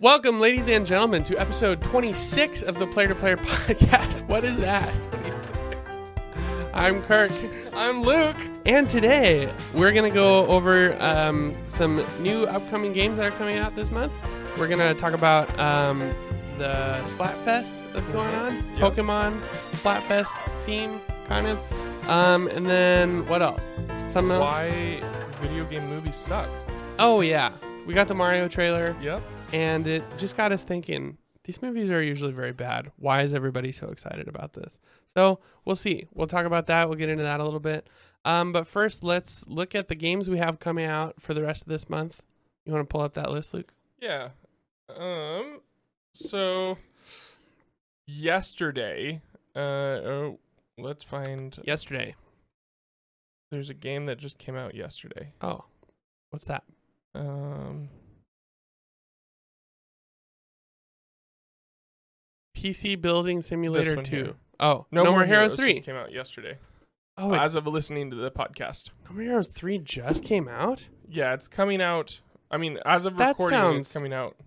Welcome, ladies and gentlemen, to episode 26 of the Player to Player podcast. What is that? 26. I'm Kirk. I'm Luke. And today we're going to go over um, some new upcoming games that are coming out this month. We're going to talk about um, the Splatfest that's going on, Yep. Pokemon Splatfest theme, kind of. Um, and then what else? Something else? Why video game movies suck. Oh, yeah. We got the Mario trailer. Yep. and it just got us thinking these movies are usually very bad why is everybody so excited about this so we'll see we'll talk about that we'll get into that a little bit um, but first let's look at the games we have coming out for the rest of this month you want to pull up that list luke Yeah. Um. So yesterday, uh, oh, let's find. yesterday There's a game that just came out yesterday. oh what's that Um. pc building this simulator one 2 here. oh No, More Heroes, just 3 came out yesterday. oh wait, As of listening to the podcast. no more heroes 3 just came out Yeah, it's coming out. I mean, as of That recording, sounds- it's coming out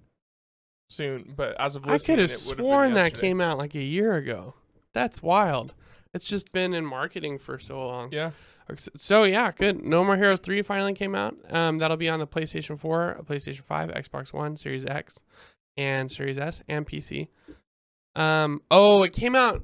soon. But as of i listening, could have it would've been sworn that yesterday. came out like a year ago that's wild it's just been in marketing for so long Yeah. So- So yeah, good. No More Heroes three finally came out. Um, that'll be on the PlayStation four, PlayStation five, Xbox One, Series X, and Series S, and PC. Um, oh, it came out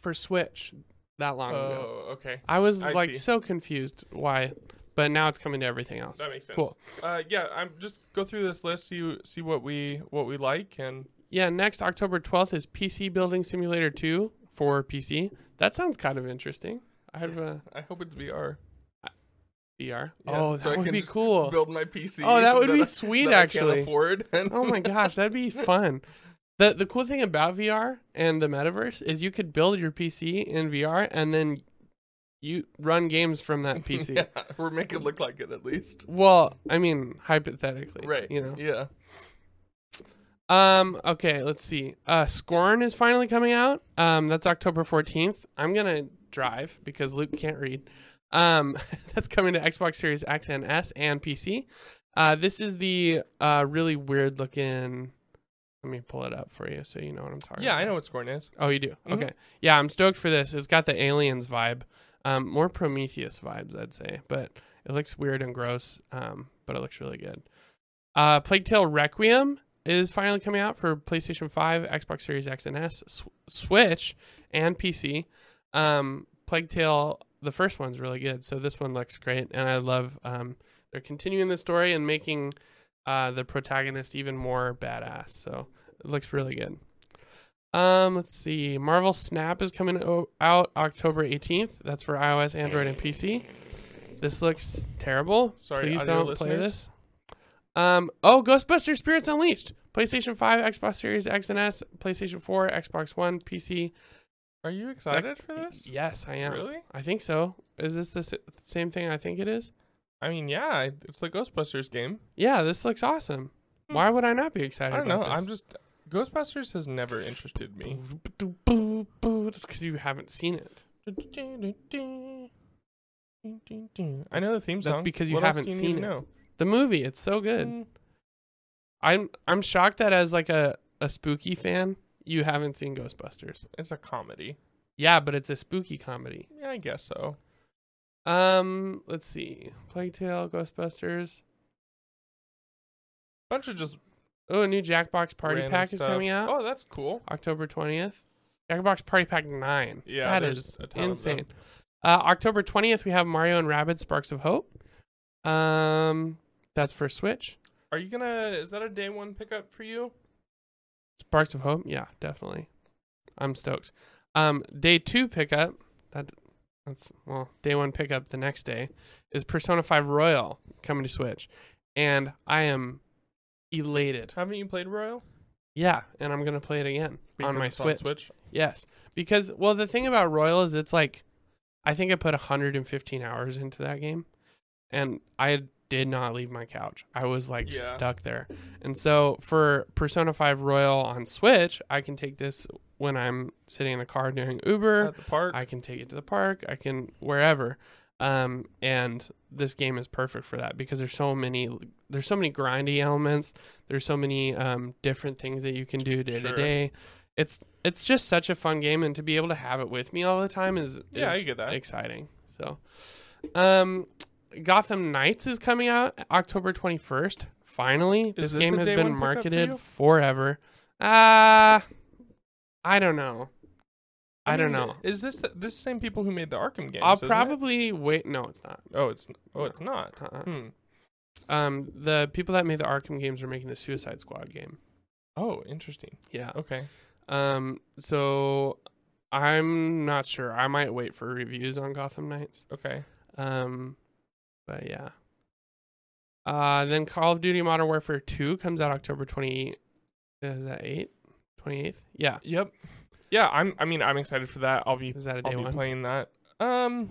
for Switch that long ago. Oh, okay. I was I like see. so confused why, but now it's coming to everything else. That makes sense. Cool. Uh, yeah, I'm just go through this list, see see what we what we like, and Yeah, next October twelfth is PC Building Simulator two for PC. That sounds kind of interesting. I have a I hope it's VR. VR. Yeah, oh, that so I would can be just cool. Build my PC. Oh, that would be I- sweet, that I actually. can't afford. and- Oh my gosh, that'd be fun. The the cool thing about VR and the metaverse is you could build your PC in VR and then you run games from that PC. yeah, we're making it look like it at least. Well, I mean hypothetically. Right. You know. Yeah. Um, okay, let's see. Uh Scorn is finally coming out. Um, that's October fourteenth. I'm gonna drive because Luke can't read. Um, that's coming to Xbox Series X and S and PC. Uh, this is the uh really weird looking let me pull it up for you so you know what I'm talking Yeah, about. I know what Scorn is. Oh, you do? Mhm. Okay. Yeah, I'm stoked for this. It's got the aliens vibe, um, more Prometheus vibes, I'd say, but it looks weird and gross, um, but it looks really good. Uh, Plague Tale Requiem is finally coming out for PlayStation 5, Xbox Series X and S, Sw- Switch, and PC. Um, Plague Tale, the first one's really good, so this one looks great, and I love um, they're continuing the story and making uh, the protagonist even more badass. So it looks really good. Um, let's see. Marvel Snap is coming o- out October 18th. That's for iOS, Android, and PC. This looks terrible. Sorry, please audio don't play listeners. this. Um, oh, Ghostbuster Spirits Unleashed. PlayStation 5, Xbox Series X and S, PlayStation 4, Xbox One, PC. Are you excited for this? Yes, I am. Really? I think so. Is this the s- same thing I think it is? I mean, yeah, I- it's the Ghostbusters game. Yeah, this looks awesome. Why would I not be excited? Hmm. I don't know. About I'm just Ghostbusters has never interested me. I'm. That's because you haven't seen it. I know the theme song. That's because you What else haven't do you need seen to it. Know? The movie, it's so good. Mm. I'm I'm shocked that as like a a spooky fan, you haven't seen Ghostbusters. It's a comedy. Yeah, but it's a spooky comedy. Yeah, I guess so. Um, let's see. Plague Tale, Ghostbusters. Bunch of just Oh, a new Jackbox Party random Pack is stuff. coming out Oh, that's cool. October 20th. Jackbox Party Pack 9. Yeah, that there's is a ton of insane. Uh, October 20th, we have Mario and Rabbids Sparks of Hope. Um, that's for Switch. Are you gonna? Is that a day one pickup for you? Sparks of Hope, yeah, definitely. I'm stoked. Um, day two pickup, that that's well, day one pickup the next day is Persona 5 Royal coming to Switch, and I am elated. Haven't you played Royal Yeah, and I'm gonna play it again Because on my it's Switch. Yes, because well, the thing about Royal is it's like, I think I put 115 hours into that game, and I did not leave my couch. I was like Yeah. stuck there, and so for Persona 5 Royal on Switch, I can take this when I'm sitting in the car doing Uber. At the park. I can take it to the park. I can wherever. Um, and this game is perfect for that because there's so many there's so many grindy elements. There's so many um, different things that you can do day to Sure. day. It's it's just such a fun game, and to be able to have it with me all the time is, Yeah, is I get that. exciting. So, um, Gotham Knights is coming out October 21st. Finally, Is this, this game the has day been one picked up for marketed you? forever. Uh I don't know. I, don't mean, know. Is this the, this same people who made the Arkham games? I'll isn't it? probably wait. No, it's not. Oh, it's oh, it's not. Uh-uh. Hmm. Um, the people that made the Arkham games are making the Suicide Squad game. Oh, interesting. Yeah. Okay. Um, so I'm not sure. I might wait for reviews on Gotham Knights. Okay. Um, but yeah. Uh, then Call of Duty Modern Warfare 2 comes out October 20 is that 8? 28th? Yeah. Yep. Yeah, I'm. I mean, I'm excited for that. I'll be. Is that a day I'll be one? playing that. Um.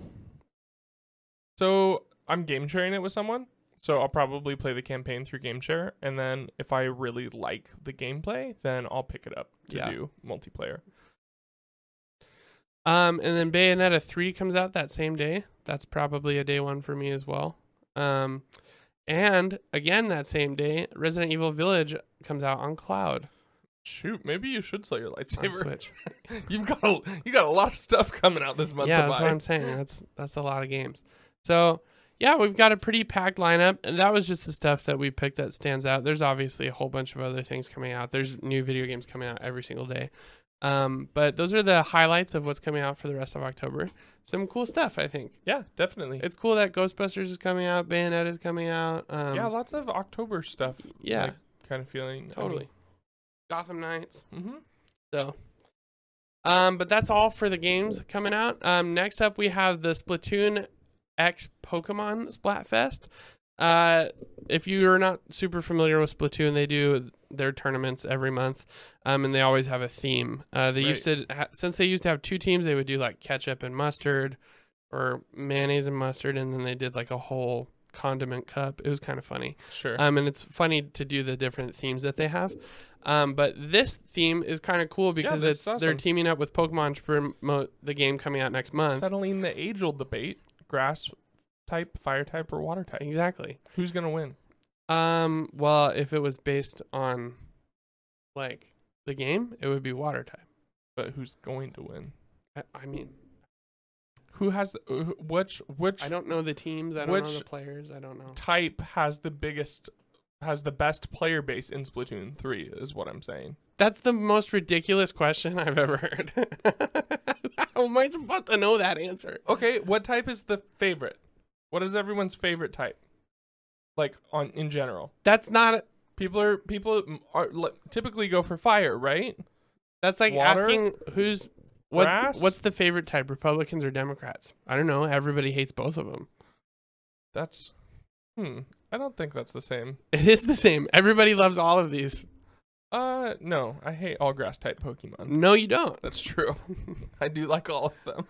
So I'm game sharing it with someone. So I'll probably play the campaign through game share, and then if I really like the gameplay, then I'll pick it up to Yeah. do multiplayer. Um, and then Bayonetta 3 comes out that same day. That's probably a day one for me as well. Um, and again that same day, Resident Evil Village comes out on cloud Shoot, maybe you should sell your on lightsaber. Switch. You've got a, you got a lot of stuff coming out this month. yeah, to that's buy. what I'm saying. That's that's a lot of games. So yeah, we've got a pretty packed lineup, and that was just the stuff that we picked that stands out. There's obviously a whole bunch of other things coming out. There's new video games coming out every single day. Um, but those are the highlights of what's coming out for the rest of October. Some cool stuff, I think. Yeah, definitely. It's cool that Ghostbusters is coming out, Bayonetta is coming out. Um, yeah, lots of October stuff. yeah, like, kind of feeling. totally. Gotham Knights. mm-hmm. So, um, but that's all for the games coming out. Um, next up, we have the Splatoon X Pokemon Splatfest. Uh, if you are not super familiar with Splatoon, they do their tournaments every month, um, and they always have a theme. Uh, they used to ha- since they used to have two teams, they would do like ketchup and mustard, or mayonnaise and mustard, and then they did like a whole condiment cup. It was kind of funny. Sure. Um, and it's funny to do the different themes that they have. Um, but this theme is kind of cool because that's it's they're awesome. teaming up with Pokemon to promote the game coming out next month. Settling the age-old debate: grass type, fire type, or water type. Exactly. Who's gonna win? Um, well, if it was based on like the game, it would be water type. But who's going to win? I, I mean, Who has the uh, which which I don't know the teams. I don't know Which- the players. I don't know. type has the biggest has the best player base in Splatoon three? Is what I'm saying. That's the most ridiculous question I've ever heard. How am I supposed to know that answer? Okay, what type is the favorite? What is everyone's favorite type? Like on in general, That's not. people are people are li- typically go for fire, right? That's like Water? asking who's what, Grass? what's the favorite type, Republicans or Democrats? I don't know. Everybody hates both of them. That's hmm. I don't think that's the same. It is the same. Everybody loves all of these. Uh, no, I hate all grass type Pokemon. No, you don't. That's true. I do like all of them.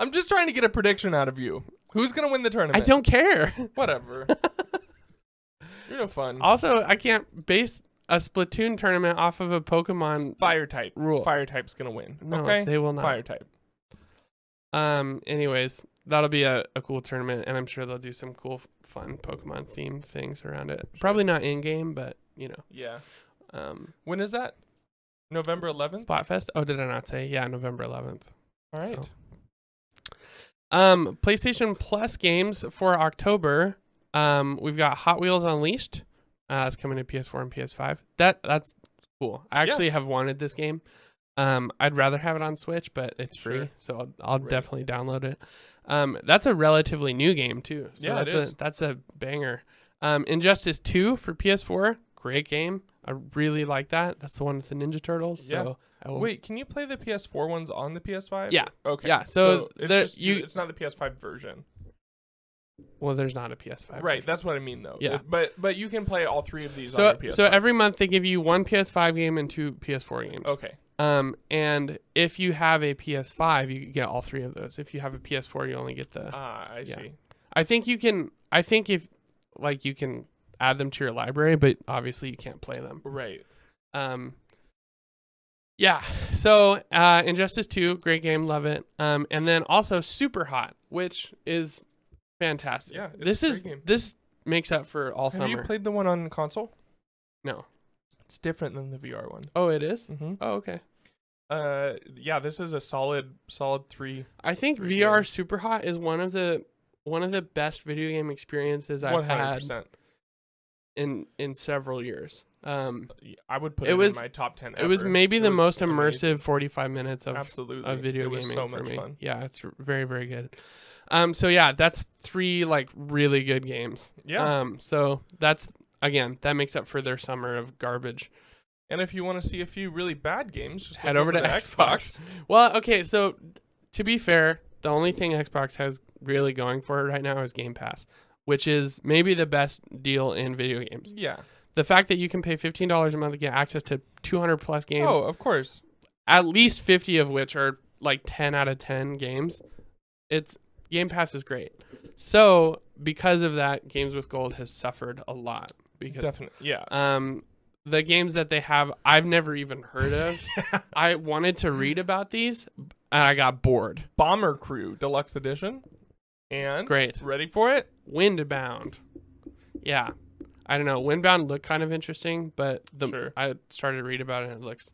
I'm just trying to get a prediction out of you. Who's gonna win I the tournament? don't care. Whatever. You're no fun. Also, I can't base a Splatoon tournament off of a Pokemon. Fire type Rule. Fire type's gonna win. No, okay. they will not. Fire type. Um. Anyways, that'll be a, a cool tournament, and I'm sure they'll do some cool, fun Pokemon themed things around it. Probably not in game, but you know. Yeah. Um. When is that? November 11th. Splatfest. Oh, did I not say? Yeah, November 11th. All right. So- Um, PlayStation Plus games for October. Um, we've got Hot Wheels Unleashed. Uh, it's coming to PS4 and PS5. That that's cool. I actually have wanted this game. Um, I'd rather have it on Switch, but it's free, Sure. so I'll, I'll Right. definitely download it. Um, that's a relatively new game too. So Yeah, it that's is. a that's a banger. Um, Injustice Two for PS4. Great game. I really like that. That's the one with the Ninja Turtles. Yeah. So I will, Wait, can you play the PS4 ones on the PS5? Yeah. Okay. Yeah, so it's there- just you, you- It's not the PS5 version. Well, there's not a PS5. Right. That's what I mean, though. Yeah. It- but but you can play all three of these So on your PS5. so every month they give you one PS5 game and two PS4 games. okay. Um, and if you have a PS5, you get all three of those. If you have a PS4, you only get the. Ah, I Yeah. see. I think you can. I think if like you can add them to your library, but obviously you can't play them. Right. Um, yeah. So uh, Injustice Two, great game, love it. Um, and then also Super Hot, which is fantastic. Yeah, this it's a is great game. this makes up for all Have summer. you played the one on console? no. It's different than the VR one. Oh, it is. Mm-hmm. Oh, okay. Uh, yeah, this is a solid, solid three. I think Three VR games. Super Hot is one of the one of the best video game experiences I've One hundred had percent. in in several years. Um, I would put It it, was- in my top ten. it was ever. maybe It the was most amazing. immersive 45 minutes of Absolutely, of video it was gaming so for much me. fun. Yeah, it's r- very very good. Um, so yeah, that's three like really good games. Yeah, Um, so that's again that makes up for their summer of garbage. and if you want to see a few really bad games, just Head look over to Xbox. Well, okay, so to be fair, the only thing Xbox has really going for it right now is Game Pass, which is maybe the best deal in video games. Yeah. The fact that you can pay fifteen dollars a month to get access to two hundred plus games, Oh, of course. at least fifty of which are like ten out of ten games. It's Game Pass is great. So because of that, Games with Gold has suffered a lot because Definitely. Yeah. um the games that they have I've never even heard of. I wanted to read about these and I got bored. Bomber Crew Deluxe Edition. And Great. ready for it? Windbound. Yeah. I don't know. Windbound looked kind of interesting, but the Sure. I started to read about it and it looks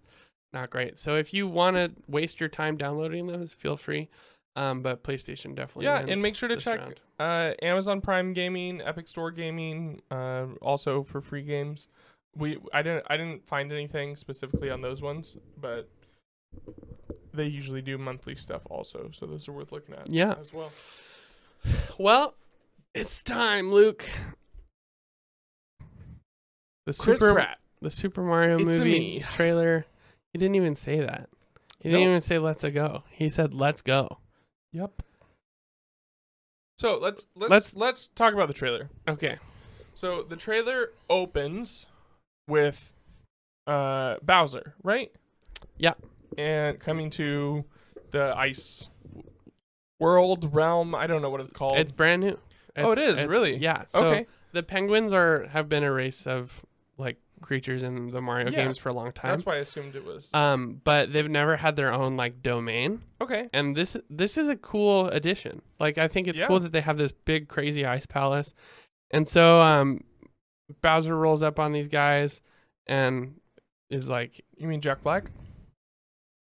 not great. So if you want to waste your time downloading those, feel free. Um, but PlayStation definitely. yeah, wins and make sure to this check round. uh, Amazon Prime Gaming, Epic Store Gaming, uh, also for free games. We I didn't I didn't find anything specifically on those ones, but they usually do monthly stuff also, so those are worth looking at Yeah. as well. Well, it's time, Luke. The Chris Super Pratt. the Super Mario It's-a movie me. trailer. He didn't even say that. He didn't Nope. even say let's a go. He said let's go. Yep. So let's let's Let's- let's, talk about the trailer. Okay. So the trailer opens with uh Bowser, right? Yeah. And coming to the ice world realm. I don't know what it's called. It's brand new. Oh, it It's- is, it's- really? Yeah. So okay. the penguins are have been a race of like creatures in the Mario Yeah. games for a long time. That's why I assumed it was. Um, but they've never had their own like domain, okay. and this this is a cool addition. Like I think it's Yeah. cool that they have this big crazy ice palace, and so um, Bowser rolls up on these guys, and is like, You mean Jack Black?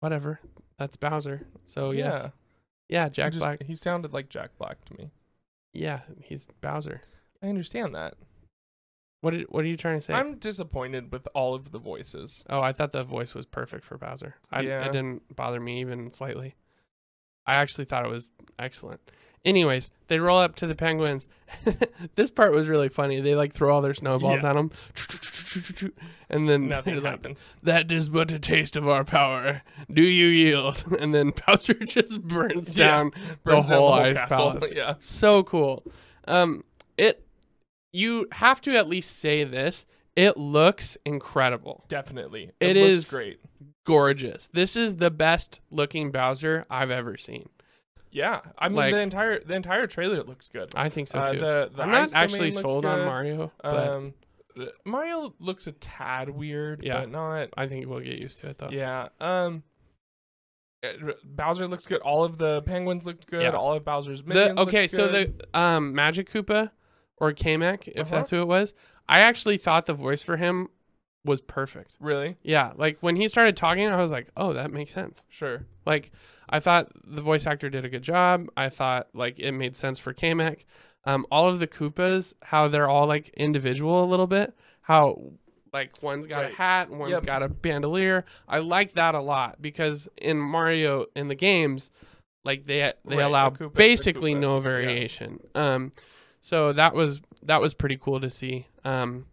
whatever. That's Bowser. So Oh, yes. Yeah, Yeah. Jack He just- Black. He sounded like Jack Black to me. Yeah, he's Bowser. I understand that. What did, what are you trying to say? I'm disappointed with all of the voices. oh, I thought the voice was perfect for Bowser. I Yeah. it didn't bother me even slightly. I actually thought it was excellent. Anyways, they roll up to the penguins. this part was really funny. They like throw all their snowballs Yeah. at 'em, and then Nothing they're like, happens. "That is but a taste of our power. Do you yield?" And then Bowser just burns Yeah. down Burns the down whole ice castle. palace. yeah. so cool. Um, it you have to at least say this. It looks incredible, Definitely. It It, looks is- great. gorgeous. This is the best looking Bowser I've ever seen. Yeah. I mean Like- the entire the entire trailer looks good. I think so Uh, too. the- the I'm not ice actually domain looks sold on good. Mario, but Um, uh, Mario looks a tad weird, Yeah. but not. I think we'll get used to it though. Yeah. Um, uh, Bowser looks good. All of the penguins looked good. Yeah. All of Bowser's minions. The, okay, looked so the good. um, Magic Koopa or Kamek, if Uh-huh. that's who it was, I actually thought the voice for him was perfect. really Yeah, like when he started talking, I was like, oh, that makes sense. sure. Like I thought the voice actor did a good job. I thought like it made sense for Kamek. Um, all of the Koopas, how they're all like individual a little bit. How like one's got Right. a hat, one's Yep. got a bandolier. I like that a lot because in Mario in the games, like they they Right, allow the Koopa's the basically Koopa. no Yeah. variation. Um, so that was that was pretty cool to see. Um,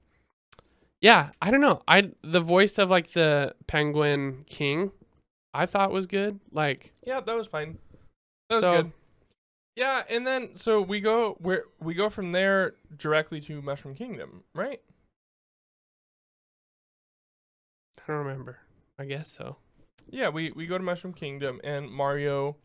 yeah, I don't know. I the voice of like the Penguin King, I thought was good. Like Yeah, that was fine. That was So- good. Yeah, and then so we go where we go from there directly to Mushroom Kingdom, right? I don't remember. I guess so. Yeah, we we go to Mushroom Kingdom and Mario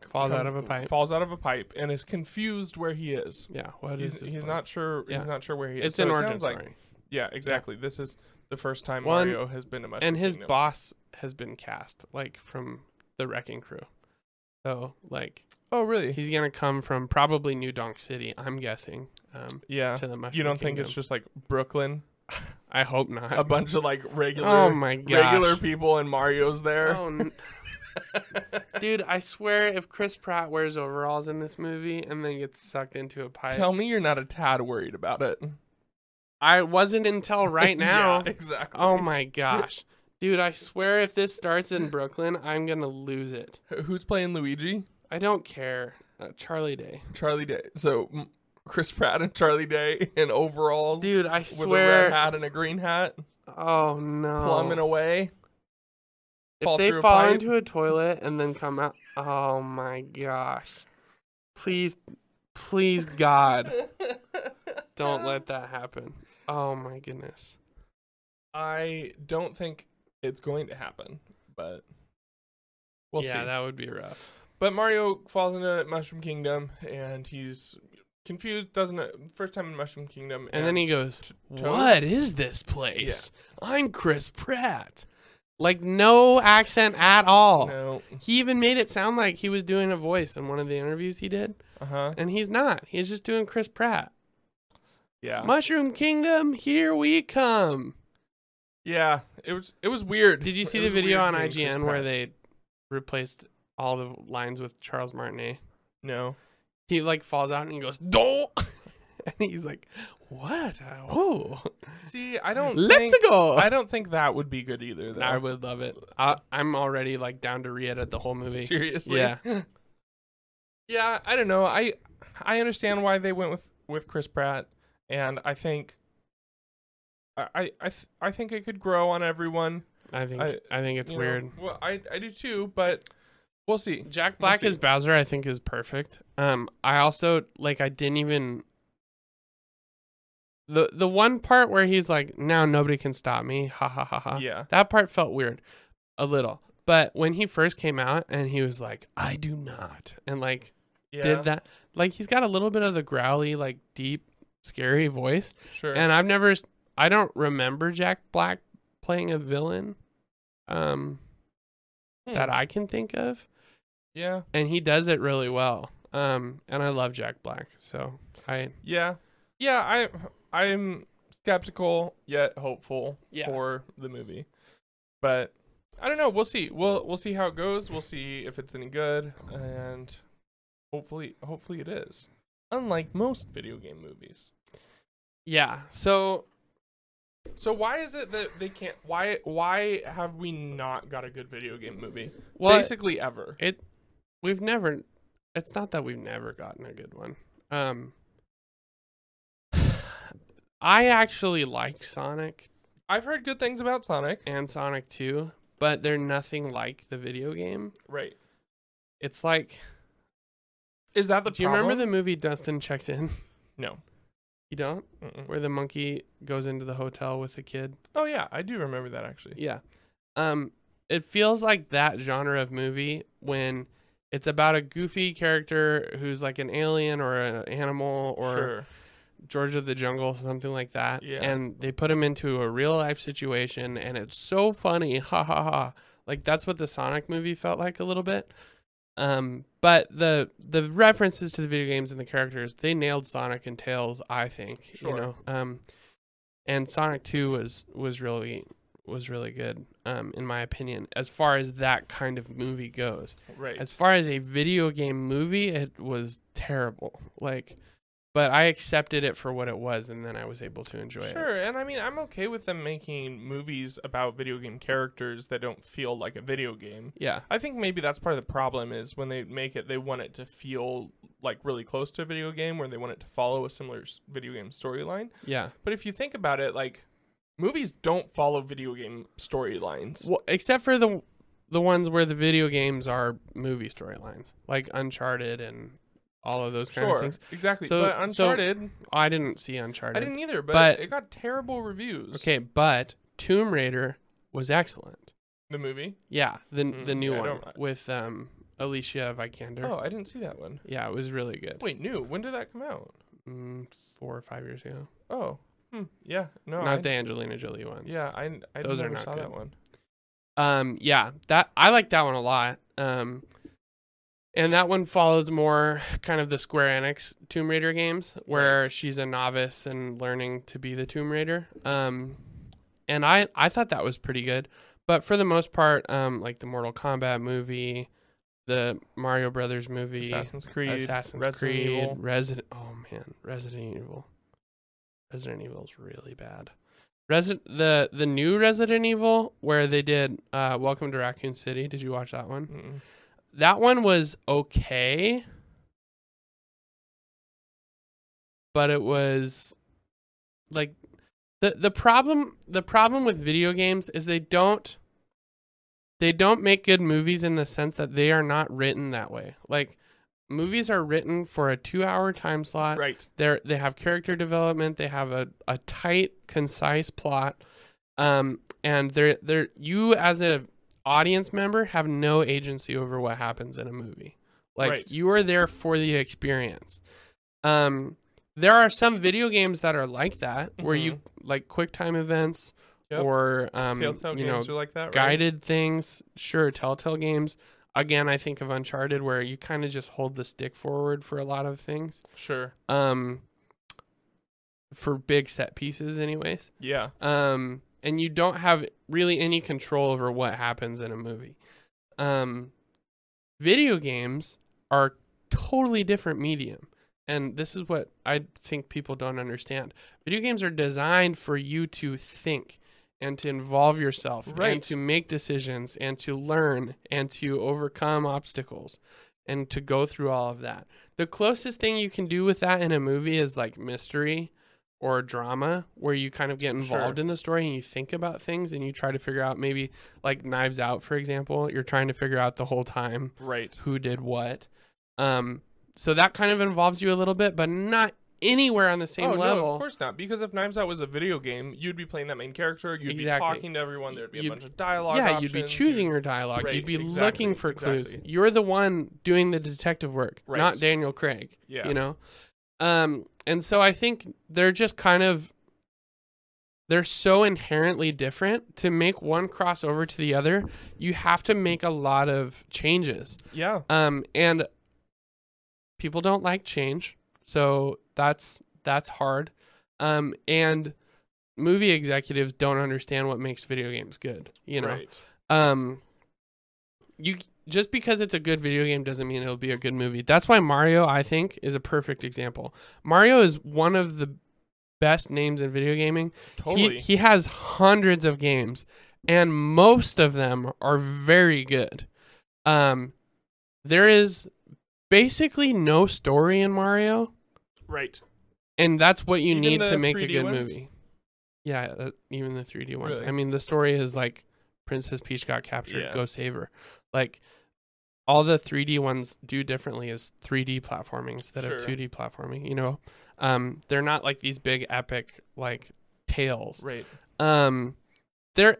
Falls comes- out of a pipe. Falls out of a pipe and is confused where he is. Yeah, what is He's, this? he's place? not sure. Yeah. He's not sure where he is. It's So an it origin sounds like- story. Yeah, exactly. This is the first time One- Mario has been to Mushroom And his Kingdom. boss has been cast, like from the Wrecking Crew. So like Oh, really? he's gonna come from probably New Donk City, I'm guessing. Um, yeah. to the Mushroom You don't think it's Kingdom. just like Brooklyn, I hope not. a bunch of like regular, oh my gosh. regular people, and Mario's there? Oh, n- dude, I swear if Chris Pratt wears overalls in this movie and then gets sucked into a pipe, Tell me you're not a tad worried about it. I wasn't until right now. yeah, exactly. Oh my gosh. Dude, I swear if this starts in Brooklyn, I'm going to lose it. Who's playing Luigi? I don't care. Uh, Charlie Day. Charlie Day. So m- Chris Pratt and Charlie Day in overalls Dude, I with a red swear. hat and a green hat, Oh no. plumbing away. if fall they through a fall pipe. into a toilet and then come out. Oh my gosh. Please, please, God, don't let that happen. Oh my goodness. I don't think it's going to happen, but we'll yeah, see. that would be rough. But Mario falls into Mushroom Kingdom and he's confused, doesn't it? First time in Mushroom Kingdom. And then he goes, Toad? What is this place? I'm Chris Pratt. Like, no accent at all. No. He even made it sound like he was doing a voice in one of the interviews he did, Uh huh. and he's not. He's just doing Chris Pratt. Yeah. Mushroom Kingdom, here we come. yeah. It was it was weird. Did you It see the was video on weird hearing Chris IGN where Pratt. they replaced all the lines with Charles Martinet? No. He like falls out and he goes, "Don't," and he's like, "What? Oh, See, I don't. let's think, go!" I don't think that would be good either. Though. I would love it. I, I'm already like down to re-edit the whole movie. Seriously. Yeah. yeah, I don't know. I I understand why they went with with Chris Pratt and I think I I I, th- I think it could grow on everyone. I think I, I- think it's you know. weird. Well, I I do too, but we'll see. Jack We'll Black see. as Bowser, I think, is perfect. Um, I also like I didn't even the the one part where he's like, "Now nobody can stop me," ha ha ha ha. Yeah. That part felt weird, a little. But when he first came out and he was like, "I do not," and like Yeah. did that, like he's got a little bit of the growly, like deep, scary voice. Sure. And I've never, I don't remember Jack Black playing a villain, um, Hmm. that I can think of yeah. and he does it really well. Um, and I love Jack Black, so I Yeah. Yeah, I I'm skeptical yet hopeful Yeah. for the movie. But I don't know, we'll see. We'll we'll see how it goes. We'll see if it's any good and hopefully hopefully it is. Unlike most video game movies. yeah. So So why is it that they can't why why have we not got a good video game movie? well, Basically ever. we've never. It's not that we've never gotten a good one. Um, I actually like Sonic I've heard good things about Sonic. and Sonic Two, but they're nothing like the video game. Right. It's like, Is that the do you remember the movie Dustin Checks In? No. You don't, Mm-mm. where the monkey goes into the hotel with the kid. Oh yeah, I do remember that actually. Yeah. Um it feels like that genre of movie when it's about a goofy character who's like an alien or an animal or sure. George of the Jungle something like that Yeah. and they put him into a real life situation and it's so funny ha ha ha like that's what the Sonic movie felt like a little bit um but the the references to the video games and the characters they nailed Sonic and Tails I think you Sure. know um and Sonic 2 was was really was really good um in my opinion as far as that kind of movie goes Right. as far as a video game movie it was terrible like but i accepted it for what it was and then i was able to enjoy it Sure, and I mean I'm okay with them making movies about video game characters that don't feel like a video game. yeah I think maybe that's part of the problem is when they make it, they want it to feel like really close to a video game, where they want it to follow a similar s- video game storyline. yeah But if you think about it, like movies don't follow video game storylines. well, except for the the ones where the video games are movie storylines like uncharted and all of those kind Sure, of things exactly. So- but so- Uncharted, i didn't see uncharted I didn't either, but, But- it got terrible reviews. okay but tomb raider was excellent the movie. yeah the the Mm, new yeah, I one don't- with um alicia vikander Oh, I didn't see that one. yeah it was really good Wait, new? When did that come out? mm, four or five years ago Oh, hmm. yeah, no, not I the angelina jolie ones Yeah, I, I Those are never not saw good. that one. Um, yeah, that I like that one a lot. Um, And that one follows more kind of the Square Enix Tomb Raider games, where she's a novice and learning to be the Tomb Raider. Um, and I, I thought that was pretty good. But for the most part, um, like the Mortal Kombat movie, the Mario Brothers movie, Assassin's Creed, Assassin's Resident Creed, Evil. Resident. Oh man, Resident Evil. Resident Evil's really bad. Resident the the new Resident Evil where they did uh, Welcome to Raccoon City. Did you watch that one? Mm. That one was okay, but it was like the the problem the problem with video games is they don't they don't make good movies in the sense that they are not written that way. Like movies are written for a 2-hour time slot Right. they're they have character development they have a, a tight concise plot um and they're they're you as a audience member have no agency over what happens in a movie like Right. you are there for the experience um there are some video games that are like that where you like quick time events Mm-hmm. Yep. or um Telltale you know games are like that, right? guided things sure telltale games again i think of uncharted where you kind of just hold the stick forward for a lot of things Sure. um for big set pieces anyways Yeah. um and you don't have really any control over what happens in a movie um video games are totally different medium and this is what i think people don't understand video games are designed for you to think and to involve yourself Right. and to make decisions and to learn and to overcome obstacles and to go through all of that the closest thing you can do with that in a movie is like mystery or drama where you kind of get involved Sure. in the story and you think about things and you try to figure out maybe like knives out for example you're trying to figure out the whole time Right. who did what um so that kind of involves you a little bit but not anywhere on the same oh level no, of course not. Because if Knives Out was a video game, you'd be playing that main character. You'd Exactly. be talking to everyone. There'd be a You'd- bunch of dialogue. yeah you'd be options, choosing your dialogue Right, you'd be exactly, looking for clues exactly. you're the one doing the detective work Right. not daniel craig Yeah. you know um and so i think they're just kind of they're so inherently different to make one cross over to the other you have to make a lot of changes Yeah. um and people don't like change so that's that's hard um and movie executives don't understand what makes video games good you know Right. um you just because it's a good video game doesn't mean it'll be a good movie that's why mario i think is a perfect example mario is one of the best names in video gaming Totally. he, he has hundreds of games and most of them are very good um there is basically no story in mario right. and that's what you Even need to the make a 3D good ones? movie yeah uh, even the 3d ones Really? i mean the story is like princess peach got captured Yeah. go save her like all the 3d ones do differently is 3d platforming instead Sure. of 2d platforming you know um they're not like these big epic like tales Right. um they're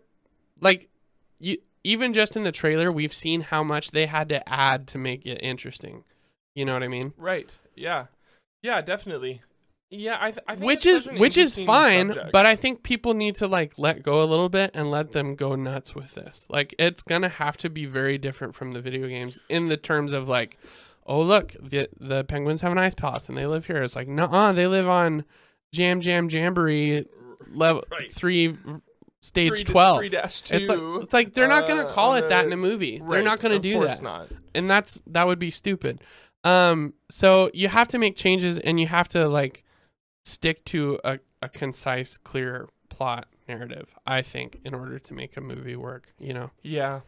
like you even just in the trailer we've seen how much they had to add to make it interesting you know what i mean Right. Yeah. Yeah. Definitely. Yeah. I. Th- I think which it's is such an which is interesting fine subject. but i think people need to like let go a little bit and let them go nuts with this like it's gonna have to be very different from the video games in the terms of like oh look the the penguins have an ice palace and they live here it's like nah they live on jam jam jamboree level Right. three stage Three to- 12 Three dash two. it's like, it's like they're not gonna uh, call on it that a- in a movie they're Right, not gonna of do course that Not. and that's that would be stupid um so you have to make changes and you have to like stick to a, a concise clear plot narrative i think in order to make a movie work you know Yeah.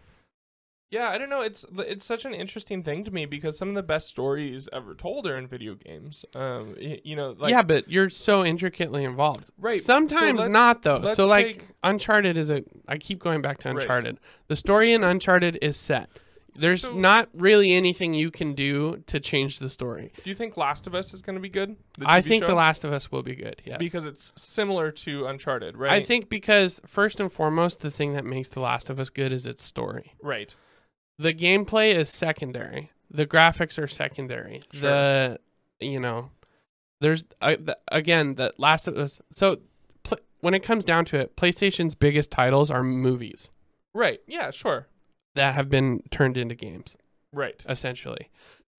Yeah, I don't know. It's it's such an interesting thing to me because some of the best stories ever told are in video games. Um, y- you know, like yeah but you're so intricately involved right. so sometimes let's- not though let's so like take- uncharted is a i keep going back to Right. uncharted the story in uncharted is set there's So- not really anything you can do to change the story Do you think Last of Us is going to be good? The i TV think show? the last of us will be good yes because it's similar to Uncharted, right? I think because first and foremost, the thing that makes The Last of Us good is its story. right. The gameplay is secondary. The graphics are secondary. Sure. The you know, there's uh, the, again the Last of Us. So pl- when it comes down to it, PlayStation's biggest titles are movies Right. Yeah. Sure. that have been turned into games. Right. essentially.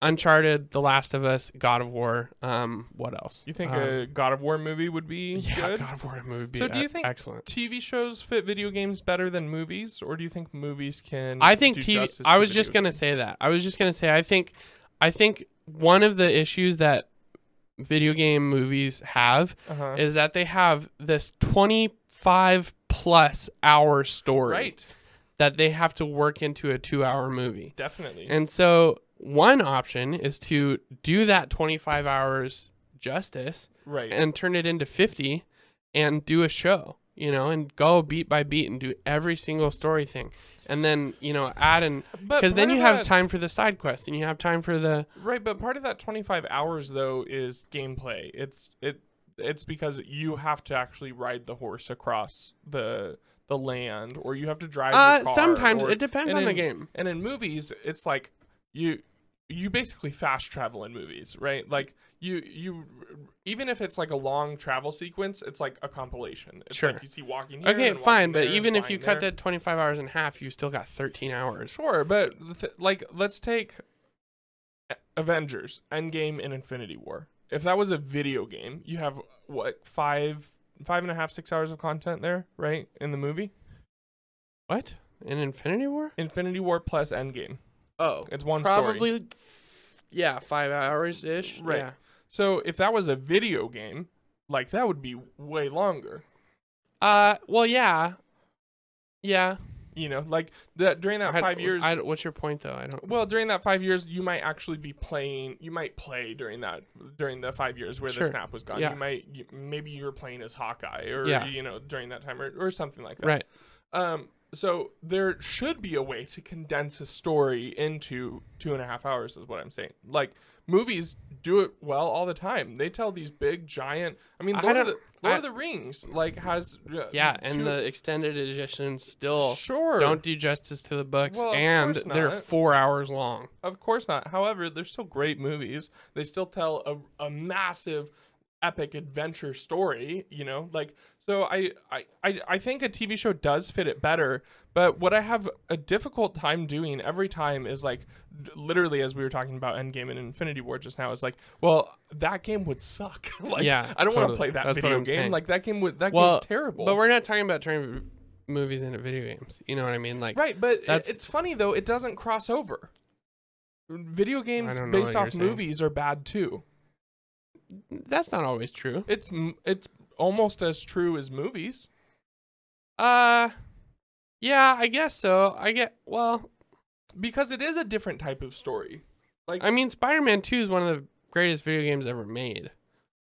Uncharted, The Last of Us, God of War. Um, what else? You think Um, a God of War movie would be yeah, good? God of War movie. would be So do you e- think- excellent? TV shows fit video games better than movies, or do you think movies can? I think do TV. justice I to was just video gonna say that. I was just gonna say. I think. I think one of the issues that video game movies have games? Uh-huh. is that they have this twenty-five plus hour story right. that they have to work into a two-hour movie. Definitely. And so one option is to do that 25 hours justice right. and turn it into 50 and do a show, you know, and go beat by beat and do every single story thing. And then, you know, add and But because then part you of have that- time for the side quest and you have time for the Right, but part of that 25 hours though is gameplay. It's it it's because you have to actually ride the horse across the the land or you have to drive your uh car, sometimes or- it depends and on the in- game. And in movies, it's like you you basically fast travel in movies, right? Like you you even if it's like a long travel sequence, it's like a compilation. It's Sure. like you see walking here Okay, and then fine, walking there but and even if you flying cut there. that 25 hours in half, you still got 13 hours. Sure, but the th- like, let's take A- Avengers, Endgame, and Infinity War. If that was a video game, you have what five, five and a half, six hours of content there, right, in the movie. What? In Infinity War? Infinity War plus Endgame, Oh. it's one story. probably f- yeah, 5 hours ish. Right. Yeah. So if that was a video game, like that would be way longer. Uh, well, yeah, yeah. You know, like that during that I- five years. I, what's your point though? I don't. well, during that five years, you might actually be playing. You might play during that during the five years where Sure. the snap was gone. Yeah. You might you, maybe you were playing as Hawkeye or Yeah. you know during that time or, or something like that. Right. Um. So there should be a way to condense a story into two and a half hours. Is what I'm saying. Like movies do it well all the time. They tell these big giant. I mean, I Lord, of the, don't- Lord I- of the Rings like has uh, Yeah, and two- the extended editions still sure don't do justice to the books, Well, of and course they're not. four hours long. Of course not. However, they're still great movies. They still tell a, a massive epic adventure story, you know? Like so I, I I I think a TV show does fit it better, but what I have a difficult time doing every time is like d- literally as we were talking about Endgame and Infinity War just now is like, well, that game would suck. like Yeah, I don't want to totally. play that That's what video I'm game. saying. Like that game would that Well, game's terrible. But we're not talking about turning movies into video games. You know what I mean? Like, Right, but i- That's- it's funny though. It doesn't cross over. Video games don't know based what off you're saying. movies are bad too. that's not always true. It's m- it's almost as true as movies. Uh, yeah, I guess so. I get well. because it is a different type of story. Like I mean, Spider-Man Two is one of the greatest video games ever made.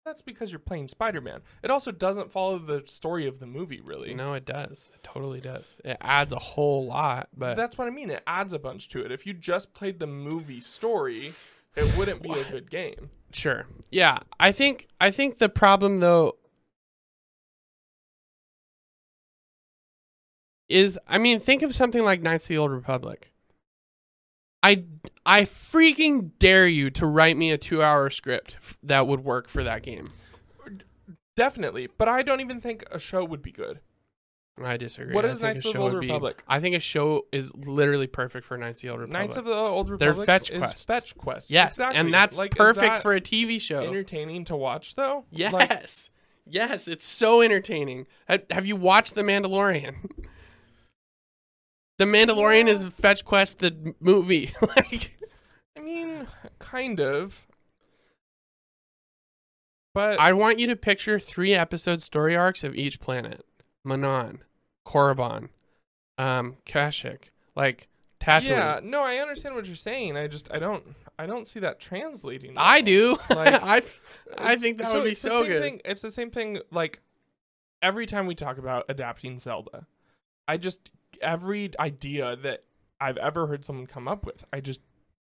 that's because you're playing Spider-Man. It also doesn't follow the story of the movie really. No, it does. It totally does. It adds a whole lot, but That's what I mean. It adds a bunch to it. If you just played the movie story, it wouldn't be a good game. Sure. Yeah. I think I think the problem though is I mean, think of something like Knights of the Old Republic. I I freaking dare you to write me a 2-hour script f- that would work for that game. Definitely, but I don't even think a show would be good. I disagree. What I is think Knights a of the show Old would be- Republic? I think a show is literally perfect for Knights of the Old Republic. Knights of the Old They're Republic fetch is quests. fetch quests. Yes, exactly. and that's Like, is perfect that for a TV show. entertaining to watch though. Yes. Like, yes, it's so entertaining. Ha- Have you watched The Mandalorian? The Mandalorian is Fetch Quest the m- movie. like I mean, kind of. But I want you to picture 3 episode story arcs of each planet. Manon, Korriban, um Kashyyyk, like Tatooine. yeah, no, I understand what you're saying. I just I don't I don't see that translating. I well. do. Like, I I It's- think that would be it's the so same good. Thing, it's the same thing. Like every time we talk about adapting Zelda, I just every idea that I've ever heard someone come up with, I just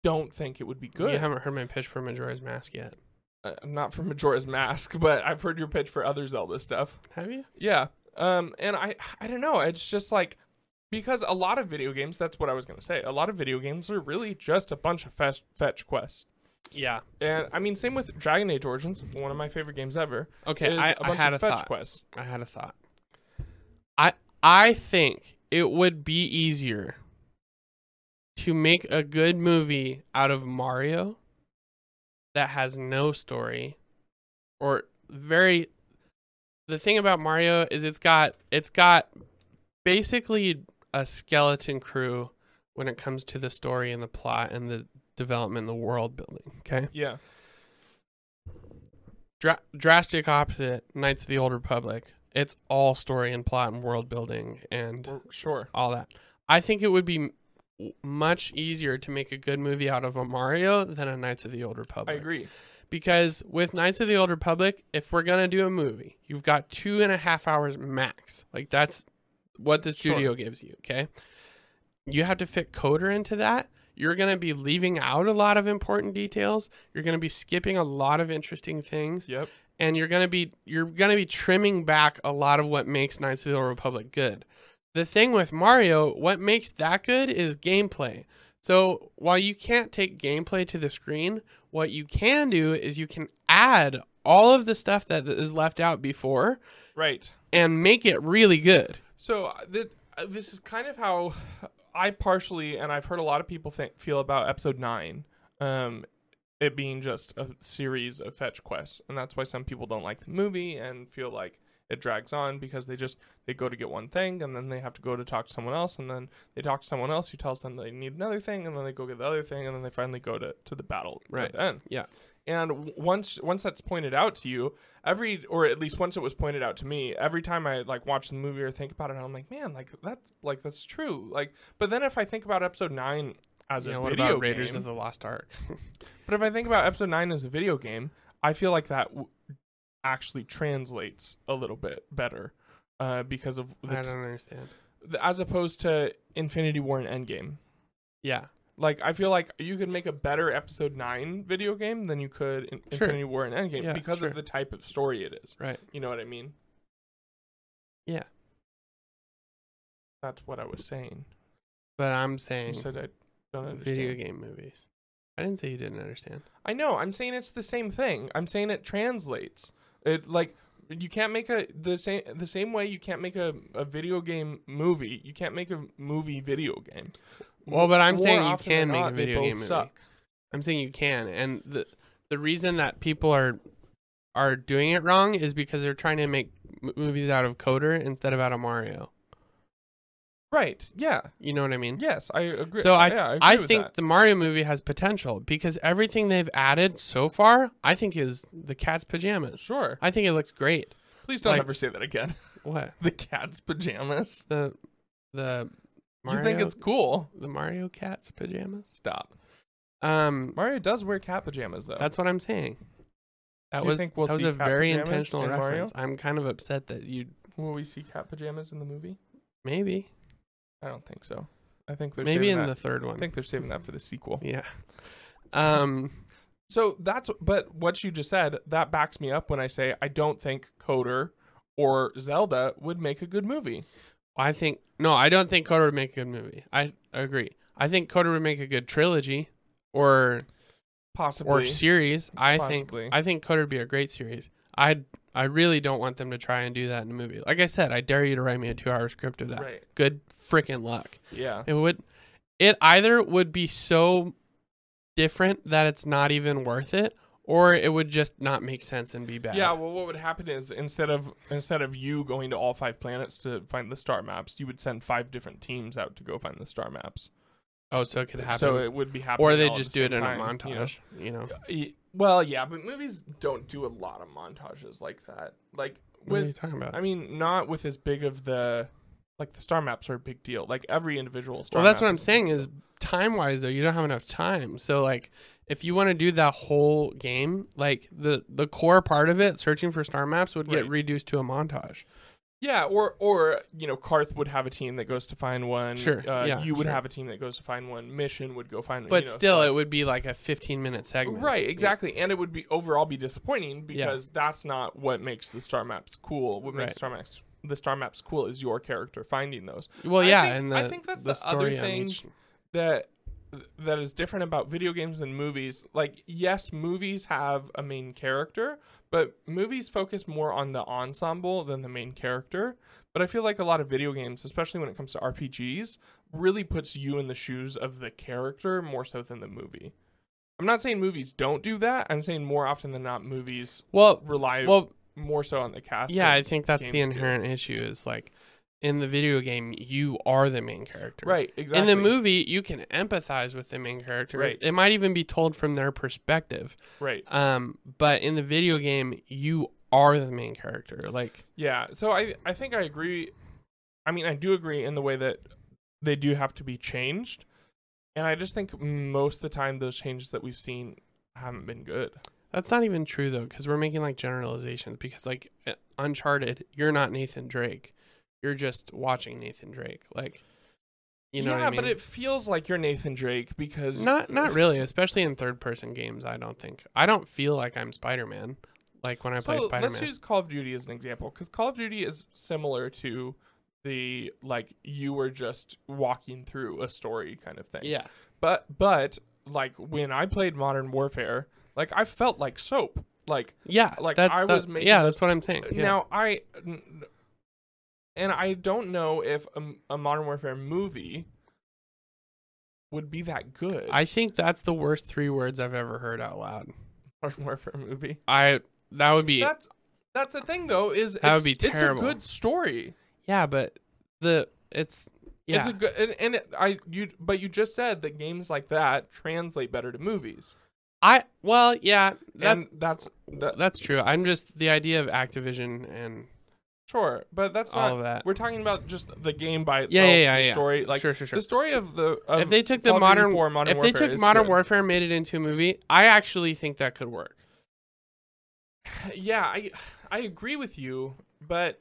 don't think it would be good. You haven't heard my pitch for Majora's Mask yet. Uh, not for Majora's Mask, but I've heard your pitch for other Zelda stuff. Have you? Yeah. Um and I I don't know, it's just like because a lot of video games, that's what I was going to say. A lot of video games are really just a bunch of fetch, fetch quests. Yeah. And I mean same with Dragon Age Origins, one of my favorite games ever. Okay, is I, a I bunch had a of fetch thought. quests. I had a thought. I I think it would be easier to make a good movie out of Mario that has no story or very the thing about Mario is it's got it's got basically a skeleton crew when it comes to the story and the plot and the development and the world building, okay? Yeah. Dra- drastic opposite Knights of the Old Republic. It's all story and plot and world building and Well, sure. all that. I think it would be m- much easier to make a good movie out of a Mario than a Knights of the Old I Republic. agree. Because with Knights of the Old Republic, if we're gonna do a movie, you've got two and a half hours max. Like that's what the Sure. studio gives you. Okay, you have to fit Coder into that. You're gonna be leaving out a lot of important details. You're gonna be skipping a lot of interesting things Yep. and you're gonna be you're gonna be trimming back a lot of what makes Knights of the Old Republic good. The thing with Mario, what makes that good is gameplay. So while you can't take gameplay to the screen, what you can do is you can add all of the stuff that is left out before Right. and make it really good. So uh, th- uh, this is kind of how I partially, and I've heard a lot of people think, feel about episode nine, um, it being just a series of fetch quests, and that's why some people don't like the movie and feel like it drags on because they just they go to get one thing and then they have to go to talk to someone else and then they talk to someone else who tells them they need another thing and then they go get the other thing and then they finally go to, to the battle Right. at the end. Yeah. And w- once once that's pointed out to you, every or at least once it was pointed out to me, every time I like watch the movie or think about it, I'm like, man, like that's like that's true. Like, but then if I think about episode nine as You a know, what video about Raiders game, of the Lost Ark? but if I think about episode nine as a video game, I feel like that w- actually translates a little bit better uh, because of the I don't understand. t- as opposed to Infinity War and Endgame. Yeah, Like I feel like you could make a better episode nine video game than you could in Sure. Infinity War and Endgame Yeah, because sure. of the type of story it is. right. You know what I mean? Yeah. That's what I was saying. But I'm You saying said I don't understand. video game movies. I didn't say you didn't understand. I know. I'm saying it's the same thing. I'm saying it translates. It like you can't make a the same the same way you can't make a, a video game movie. You can't make a movie video game. Well, but I'm More saying you often can than make a not, they video both game movie. I'm saying you can, and the the reason that people are are doing it wrong is because they're trying to make m- movies out of Coder instead of out of Mario. Right. Yeah. You know what I mean? Yes, I agree. So I yeah, I, agree I with think that. the Mario movie has potential because everything they've added so far, I think is the cat's pajamas. sure. I think it looks great. Please don't like- ever say that again. What the cat's pajamas. the the Mario? You think it's cool? the Mario cat's pajamas? Stop. Um, Mario does wear cat pajamas though. that's what I'm saying. That Do you was think we'll that was see a cat very pajamas intentional in Mario? reference. I'm kind of upset that you Will we see cat pajamas in the movie? maybe I don't think so. I think they're maybe saving in that- the third one. I think they're saving that for the sequel. Yeah. Um. So that's but what you just said that backs me up when I say I don't think Coder or Zelda would make a good movie. I think no. I don't think Coda would make a good movie. I agree. I think Coda would make a good trilogy, or Possibly. or series. I Possibly. think I think Coda would be a great series. I I really don't want them to try and do that in a movie. Like I said, I dare you to write me a two-hour script of that. Right. Good freaking luck. Yeah. It would. It either would be so different that it's not even worth it, or it would just not make sense and be bad. Yeah, well what would happen is instead of instead of you going to all five planets to find the star maps, you would send five different teams out to go find the star maps. Oh, so it could happen. So it would be happening. or they all at just the do it in same a time, you know? montage. You know. Y- Well, yeah, but movies don't do a lot of montages like that. Like What are you with, talking about? I mean, not with as big of the, like the star maps are a big deal. Like every individual star. well, that's map what I'm a big saying deal. is time wise though, you don't have enough time. So like, if you want to do that whole game, like the the core part of it, searching for star maps would get Right. reduced to a montage. Yeah, or or you know, Karth would have a team that goes to find one. Sure, Uh, yeah, you would sure. have a team that goes to find one. Mission would go find. But you know, still, so- it would be like a 15 minute segment. Right, exactly, and it would be overall be disappointing because that's not what makes the star maps cool. What makes Right. star maps the star maps cool is your character finding those. Well, I yeah, think- and the, I think that's the the other story on thing each- that that is different about video games and movies. Like, yes, movies have a main character, but movies focus more on the ensemble than the main character. But I feel like a lot of video games, especially when it comes to RPGs, really puts you in the shoes of the character more so than the movie. I'm not saying movies don't do that. I'm saying more often than not, movies Well, rely well, more so on the cast. yeah, than- I think that's the games do. inherent issue is like in the video game you are the main character. right. Exactly. In the movie, you can empathize with the main character. Right. It might even be told from their perspective. right? Um, but in the video game, you are the main character. Like, Yeah. So I I think I agree. I mean, I do agree in the way that they do have to be changed, and I just think most of the time those changes that we've seen haven't been good. that's not even true though, because we're making like generalizations. Because like uh, Uncharted, you're not Nathan Drake. You're just watching Nathan Drake. Like, you know yeah, what I mean? but it feels like you're Nathan Drake because not not really, especially in third person games. I don't think I don't feel like I'm Spider Man. Like when I play So Spider let's Man. use Call of Duty as an example because Call of Duty is similar to the like you were just walking through a story kind of thing. yeah. But but like when I played Modern Warfare, like I felt like soap. Like Yeah. Like, that's I the- was making Yeah, those- that's what I'm saying. Yeah. Now I, n- and I don't know if a, a Modern Warfare movie would be that good. I think that's the worst three words I've ever heard out loud. Modern Warfare movie. I that would be That's that's the thing though. Is That would be it's- terrible. It's a good story. yeah, but the it's yeah It's a good and, and it, I you but you just said that games like that translate better to movies. I well yeah that and that's that, that's true. I'm just the idea of Activision and sure, but that's all not. of that. We're talking about just the game by itself. Yeah, yeah, yeah, the yeah. Story like Sure, sure, sure. the story of the of If they took the Call of Duty modern, 4 Modern if they Warfare took is Modern good. Warfare and made it into a movie, I actually think that could work. yeah i i agree with you but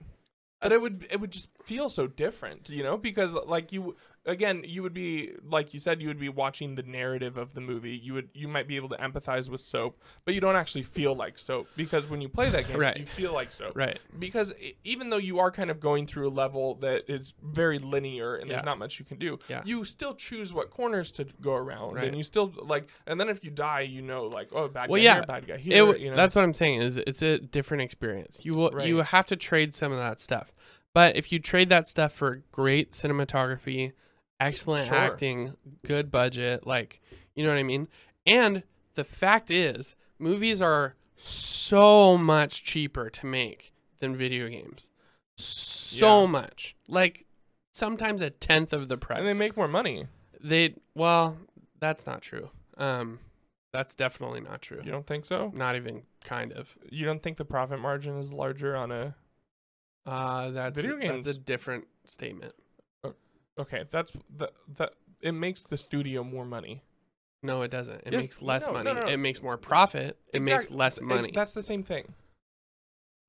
but That's- it would it would just feel so different you know because like you again you would be like you said you would be watching the narrative of the movie you would you might be able to empathize with soap but you don't actually feel like soap because when you play that game Right. you feel like soap Right. because e- even though you are kind of going through a level that is very linear and Yeah. there's not much you can do, Yeah. you still choose what corners to go around, Right. and you still like. And then if you die, you know, like, oh, bad Well, guy yeah, here, bad guy it, here. w- you know? That's what I'm saying is it's a different experience. You will Right. you have to trade some of that stuff. But if you trade that stuff for great cinematography, excellent Sure. acting, good budget, like you know what I mean? And the fact is, movies are so much cheaper to make than video games. So Yeah. much. Like sometimes a tenth of the price. and they make more money. they well, that's not true. Um that's definitely not true. You don't think so? Not even kind of. You don't think the profit margin is larger on a? Uh, that's Video that's games. a different statement. Okay, that's the that it makes the studio more money. No, it doesn't. It Yes, makes less no, no, money. no. It makes more profit. It makes Exact- less it- money. that's the same thing.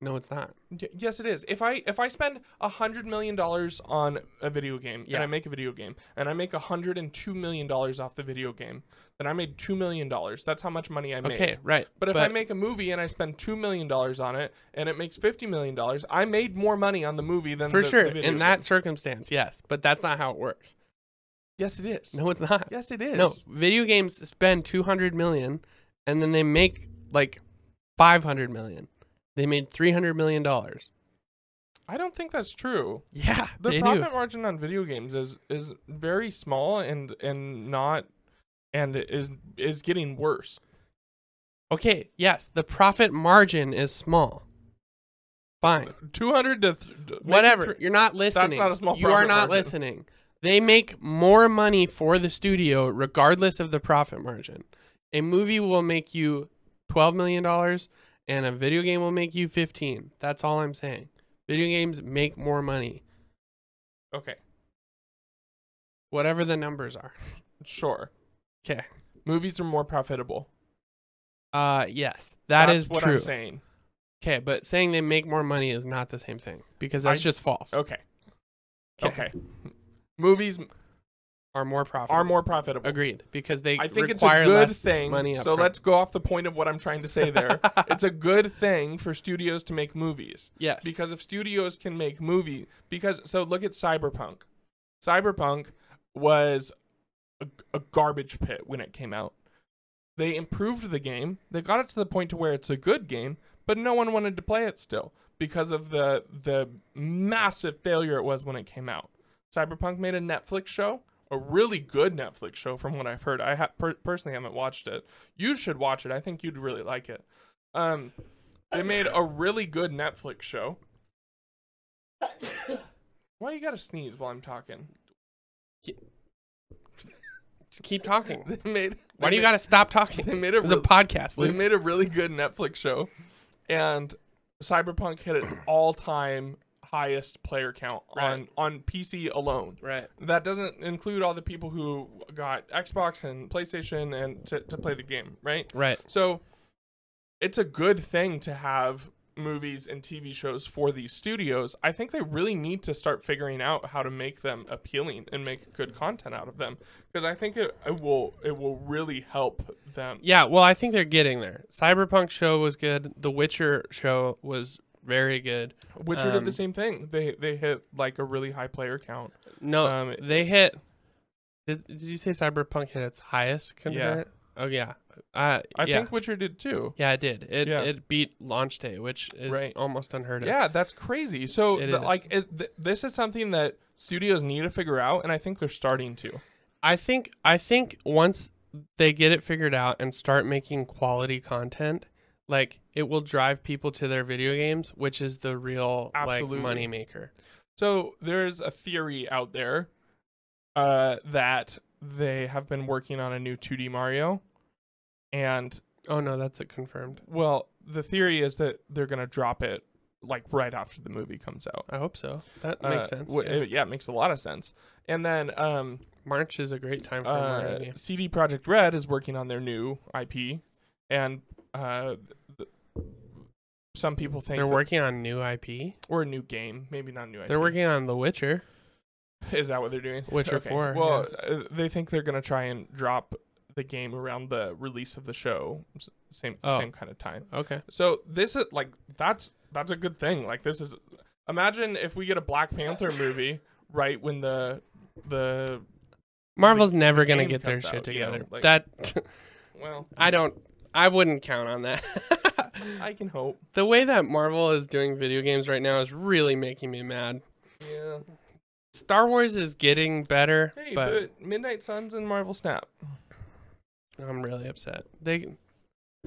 no, it's not. Y- yes, it is. If I if I spend a hundred million dollars on a video game Yeah. and I make a video game and I make a hundred and two million dollars off the video game, then I made two million dollars. That's how much money I made. Okay, right. But if I make a movie and I spend two million dollars on it and it makes fifty million dollars, I made more money on the movie than for the, sure The video in that circumstance, yes, but that's not how it works. game. Yes, it is. No, it's not. Yes, it is. No, video games spend two hundred million, and then they make like five hundred million. They made three hundred million dollars. I don't think that's true. Yeah, the they profit do. margin on video games is is very small and and not and is is getting worse. Okay, yes, the profit margin is small. Fine. Two hundred to th- maybe whatever. three- You're not listening. not a small You are profit not margin. listening. They make more money for the studio regardless of the profit margin. A movie will make you twelve million dollars, and a video game will make you fifteen. That's all I'm saying. Video games make more money, okay, whatever the numbers are. sure. Okay. Movies are more profitable. Uh, yes, that that's is what true. I'm saying. Okay, but saying they make more money is not the same thing because that's I- just false. Okay. Okay. Okay. Movies Are more profitable. are more profitable. agreed because they I think it's require a good less thing. money. so upfront. let's go off the point of what I'm trying to say there. it's a good thing for studios to make movies. yes. because if studios can make movie because so look at cyberpunk cyberpunk was a, a garbage pit when it came out they improved the game they got it to the point to where it's a good game but no one wanted to play it still because of the the massive failure it was when it came out. Cyberpunk made a Netflix show, a really good Netflix show from what I've heard. I ha- per- personally haven't watched it. You should watch it. I think you'd really like it. Um, they made a really good Netflix show. Why you gotta sneeze while I'm talking? Just keep talking. They made. Why do they you made- gotta stop talking? They It made a was a really- podcast. They Luke. made a really good Netflix show, and Cyberpunk hit its all-time highest player count on Right. on PC alone. Right. That doesn't include all the people who got Xbox and PlayStation and to, to play the game, right? Right. So it's a good thing to have movies and TV shows for these studios. I think they really need to start figuring out how to make them appealing and make good content out of them because I think it, it will it will really help them. Yeah, well, I think they're getting there. Cyberpunk show was good. The Witcher show was very good. Witcher did Um, the same thing. They they hit like a really high player count. No, Um, they hit. Did, did you say Cyberpunk hit its highest? Compared? Oh yeah. Uh, I yeah. think Witcher did too. yeah, it did. It Yeah. it beat launch day, which is Right. almost unheard of. Yeah, that's crazy. So It the- is. like it, th- this is something that studios need to figure out and I think they're starting to. I think I think once they get it figured out and start making quality content, like it will drive people to their video games, which is the real Absolutely. like money maker. So there's a theory out there uh, that they have been working on a new 2D Mario, and Oh no, that's it confirmed. well, the theory is that they're gonna drop it like right after the movie comes out. I hope so. That Uh, makes sense. wh- yeah. it- yeah, it makes a lot of sense. And then um, March is a great time for a uh, Mario game. CD Project Red is working on their new IP, and uh, th- th- some people think They're that- working on new IP. or a new game, maybe not a new IP. They're working on The Witcher. Is that what they're doing? Witcher 4, Well, uh, they think they're gonna try and drop the game around the release of the show, s- same Oh. same kind of time. Okay. So this is like that's that's a good thing. Like this is, imagine if we get a Black Panther movie right when the the Marvel's never gonna game get their comes shit out, you know, together. like- that well I don't I wouldn't count on that. I can hope the way that Marvel is doing video games right now is really making me mad. yeah. Star Wars is getting better, Hey, but, but, Midnight Suns and Marvel Snap. I'm really upset. They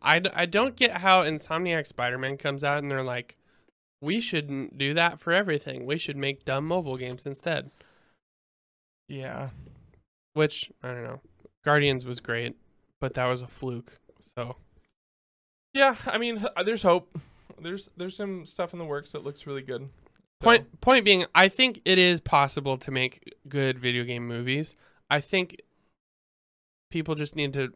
I, d- I don't get how Insomniac Spider-Man comes out and they're like we shouldn't do that for everything. We should make dumb mobile games instead. Yeah, Which I don't know. Guardians was great, but that was a fluke. So yeah. I mean, h- there's hope. There's there's some stuff in the works that looks really good. So- Point point being, I think it is possible to make good video game movies. I think people just need to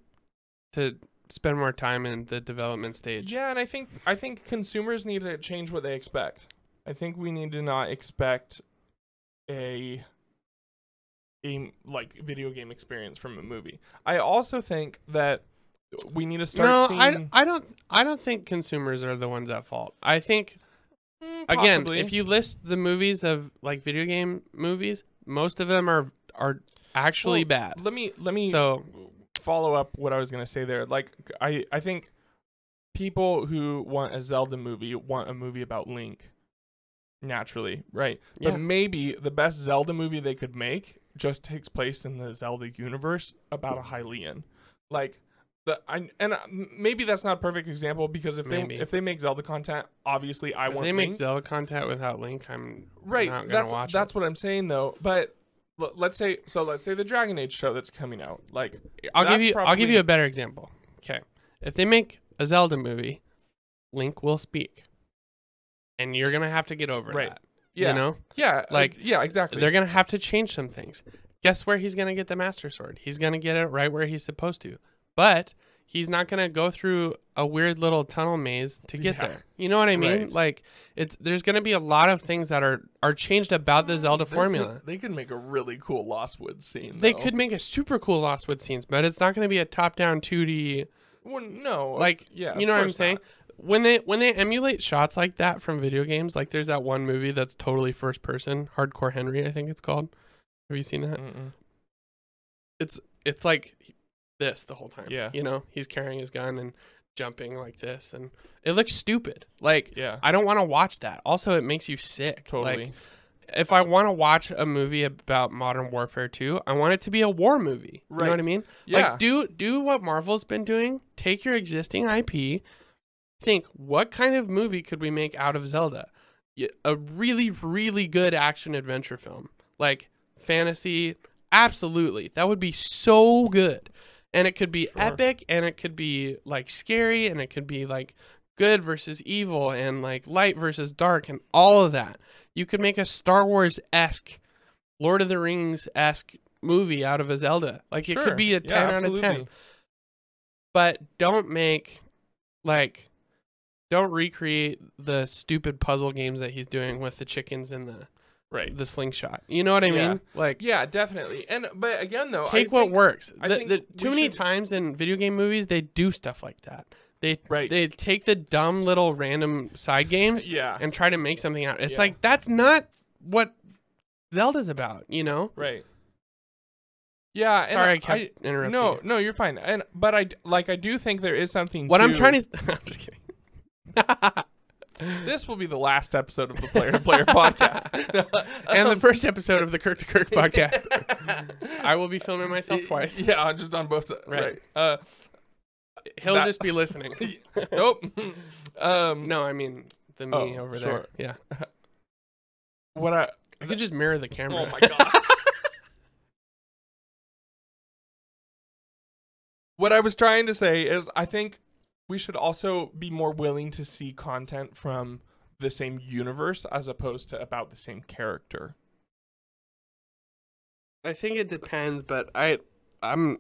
to spend more time in the development stage. Yeah, and I think I think consumers need to change what they expect. I think we need to not expect a a like video game experience from a movie. I also think that we need to start no, seeing I, I don't I don't think consumers are the ones at fault. I think Mm, again, possibly. if you list the movies of like video game movies, most of them are are actually Well, bad. let me let me So follow up what I was gonna say there. Like I I think people who want a Zelda movie want a movie about Link. Naturally, right? Yeah. But maybe the best Zelda movie they could make just takes place in the Zelda universe about a Hylian. Like the I and uh, m- maybe that's not a perfect example because if Maybe. they if they make Zelda content, obviously I if want they make Link. Zelda content without Link, I'm right. not gonna that's watch it. that's what I'm saying though. But l- let's say so let's say the Dragon Age show that's coming out. Like I'll give That's you I'll give probably- you a better example. Okay. If they make a Zelda movie, Link will speak. And you're going to have to get over Right. that. yeah. You know? Yeah, uh, Like, yeah, exactly. They're going to have to change some things. Guess where he's going to get the master sword? He's going to get it right where he's supposed to. But he's not going to go through a weird little tunnel maze to get Yeah. there. You know what I mean? Right. Like it's there's going to be a lot of things that are are changed about the Zelda They formula. could- They could make a really cool Lost Woods scene. They though. could make a super cool Lost Woods scenes, but it's not going to be a top-down 2D Well, no, like yeah, you of know what i'm course saying not. when they when they emulate shots like that from video games like there's that one movie that's totally first person hardcore henry i think it's called have you seen that Mm-mm. it's it's like this the whole time Yeah. you know he's carrying his gun and jumping like this, and it looks stupid. Like Yeah. I don't want to watch that. Also, it makes you sick. Totally. Like, if I want to watch a movie about modern warfare 2, I want it to be a war movie. You know what I Right. mean? Yeah. Like do do what Marvel's been doing. Take your existing IP, think what kind of movie could we make out of Zelda? Y- A really really good action adventure film. Like fantasy, absolutely. That would be so good. And it could be Sure. epic and it could be like scary and it could be like good versus evil and like light versus dark and all of that. You could make a Star Wars esque, Lord of the Rings esque movie out of a Zelda. Like it Sure. could be a Yeah, 10 out of 10. absolutely. But don't make like don't recreate the stupid puzzle games that he's doing with the chickens and the Right. the slingshot. You know what I Yeah. mean? Like Yeah, definitely. And but again though, take I what think- works. I The- think the- we too many should- times in video game movies they do stuff like that. They Right. they take the dumb little random side games Yeah. and try to make something out. It's Yeah. like that's not what Zelda's about, you know? right. Yeah. and Sorry I kept interrupting. No, you. no, you're fine. And but I d- like I do think there is something. What I'm to- trying to I'm just kidding. This will be the last episode of the Player to Player podcast. and the first episode of the Kirk to Kirk podcast. I will be filming myself twice. Yeah, just on both sides. Right. Right. Uh, He'll That- just be listening. nope. um, No, I mean the me Oh, over sure. there. Yeah. What I? I could just mirror the camera. Oh my gosh. what I was trying to say is I think we should also be more willing to see content from the same universe as opposed to about the same character. I think it depends, but I I'm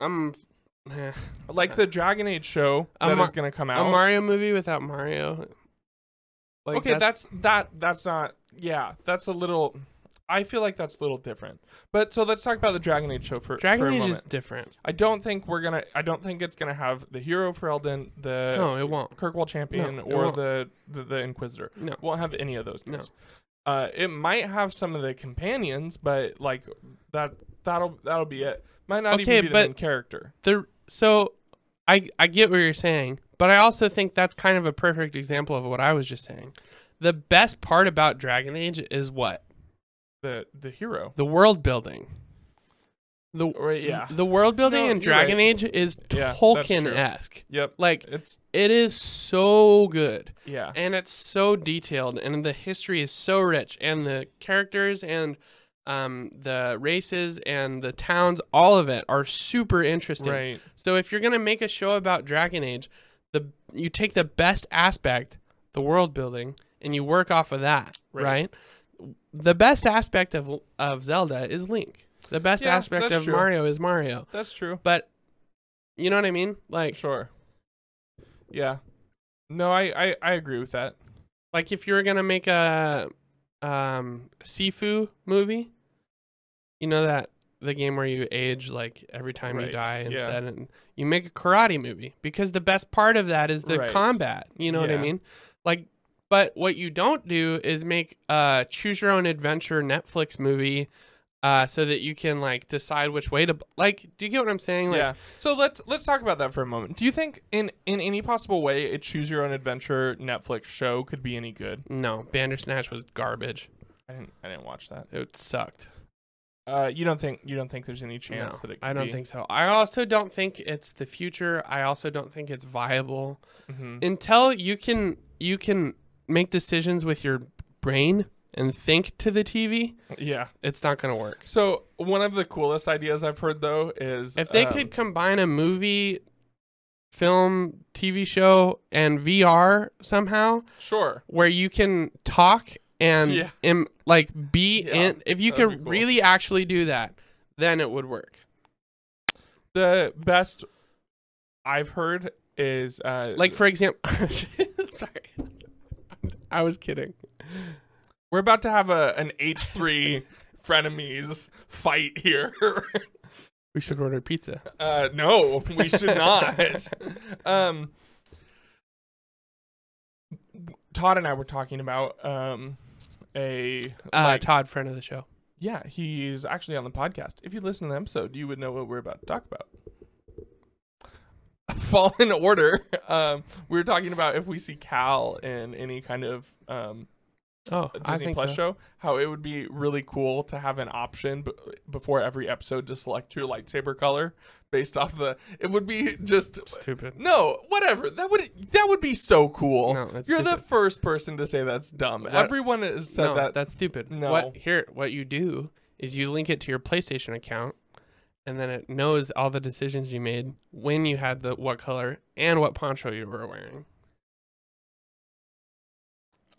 I'm eh. Like the Dragon Age show A that is Mar- going to come a out. Mario movie without Mario. Like okay, that's, that that's not yeah, that's a little I feel like that's a little different. But so let's talk about the Dragon Age show for for Dragon a Age moment. is different. I don't think we're going to I don't think it's going to have the hero for Elden, the No, it won't. Kirkwall champion No, it or won't. the, the the Inquisitor. No. won't have any of those. No. Guys. Uh, it might have some of the companions, but like that that'll that'll be it. Might not Okay, even be the but- main character. The so I I get what you're saying, but I also think that's kind of a perfect example of what I was just saying. The best part about Dragon Age is what? The the hero. The world building. The Right, yeah. The world building No, in you're Dragon right. Age is Yeah, that's Tolkien esque. Yep. Like It's it is so good. yeah. and it's so detailed and the history is so rich and the characters and um, the races and the towns all of it are super interesting Right. so if you're going to make a show about dragon age the you take the best aspect the world building and you work off of that Right. right, the best aspect of of zelda is link the best Yeah, aspect that's of true. mario is mario That's true. but you know what i mean like Sure. Yeah. No, I, I I agree with that. Like if you were gonna make a um Sifu movie, you know that the game where you age like every time you Right, die yeah. instead, and you make a karate movie because the best part of that is the Right. combat. You know what I Yeah. mean? Like, but what you don't do is make a choose your own adventure Netflix movie. Uh, so that you can like decide which way to like. Do you get what I'm saying? Like, yeah. So let's let's talk about that for a moment. Do you think in in any possible way a choose your own adventure Netflix show could be any good? No, Bandersnatch was garbage. I didn't I didn't watch that. It sucked. Uh, you don't think you don't think there's any chance No, that it could I don't think so. I also don't think it's the future. I also don't think it's viable hmm until you can you can make decisions with your brain and think to the TV. Yeah. It's not going to work. So one of the coolest ideas I've heard though is If they um, could combine a movie, film, TV show, and VR somehow, sure. where you can talk and Yeah. im- like be Yeah, in, if you that'd could be cool. really actually do that, then it would work. The best I've heard is uh, Like for example, sorry, I was kidding. we're about to have a an H three frenemies fight here. We should order pizza. Uh, uh, no, we should not. um, Todd and I were talking about um, a Uh, like, Todd, friend of the show. Yeah, he's actually on the podcast. If you listen to the episode, you would know what we're about to talk about. fall in order. Um, we were talking about if we see Cal in any kind of um, Oh, I Disney think Plus so. show, how it would be really cool to have an option b- before every episode to select your lightsaber color based off the. It would be just Stupid. no, whatever. That would that would be so cool. No, that's You're the stupid. first person to say that's dumb. Everyone has said no, that. that's stupid. No. What here? What you do is you link it to your PlayStation account, and then it knows all the decisions you made when you had the what color and what poncho you were wearing.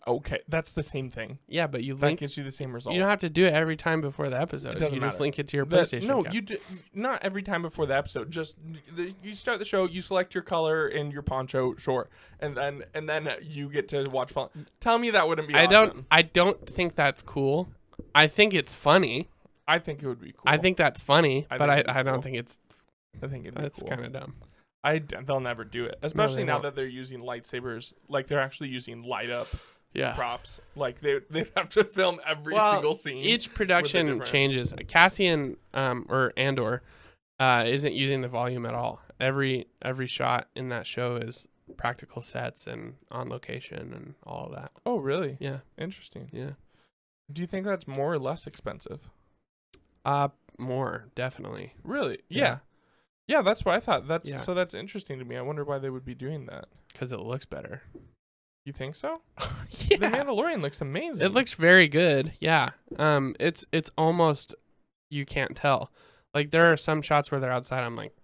Okay, that's the same thing. Yeah, but you That link. gives you the same result. You don't have to do it every time before the episode. It doesn't you just matter. link it to your That- PlayStation. no, account. you d- not every time before the episode. Just the, you start the show, you select your color and your poncho, sure, and then and then you get to watch. Fun. Tell me that wouldn't be. I don't. awesome. I don't think that's cool. I think it's funny. I think it would be cool. I think that's funny, I but think I, it'd be I don't cool. think it's I think it'd be that's cool. kind of dumb. I d- they'll never do it, especially now won't. that they're using lightsabers. Like they're actually using light up Yeah. props. Like they they'd have to film every Well, single scene. Each production different- changes. Cassian um, or Andor uh, isn't using the volume at all. Every every shot in that show is practical sets and on location and all of that. oh, really? Yeah, Interesting. yeah. Do you think that's more or less expensive? Uh more definitely. Really? Yeah. Yeah. Yeah, that's what I thought. That's Yeah. so that's interesting to me. I wonder why they would be doing that. Because it looks better. You think so? yeah. The Mandalorian looks amazing. It looks very good. Yeah. Um it's it's almost you can't tell. Like there are some shots where they're outside I'm like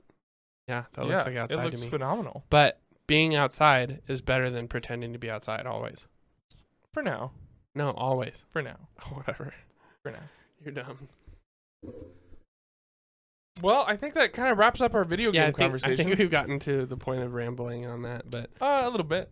yeah, that looks like outside It looks to me. phenomenal but being outside is better than pretending to be outside always. for now. No, always. For now. Whatever. For now. You're dumb. Well, I think that kind of wraps up our video Yeah, I game think, I conversation. think we've gotten to the point of rambling on that, but uh, a little bit.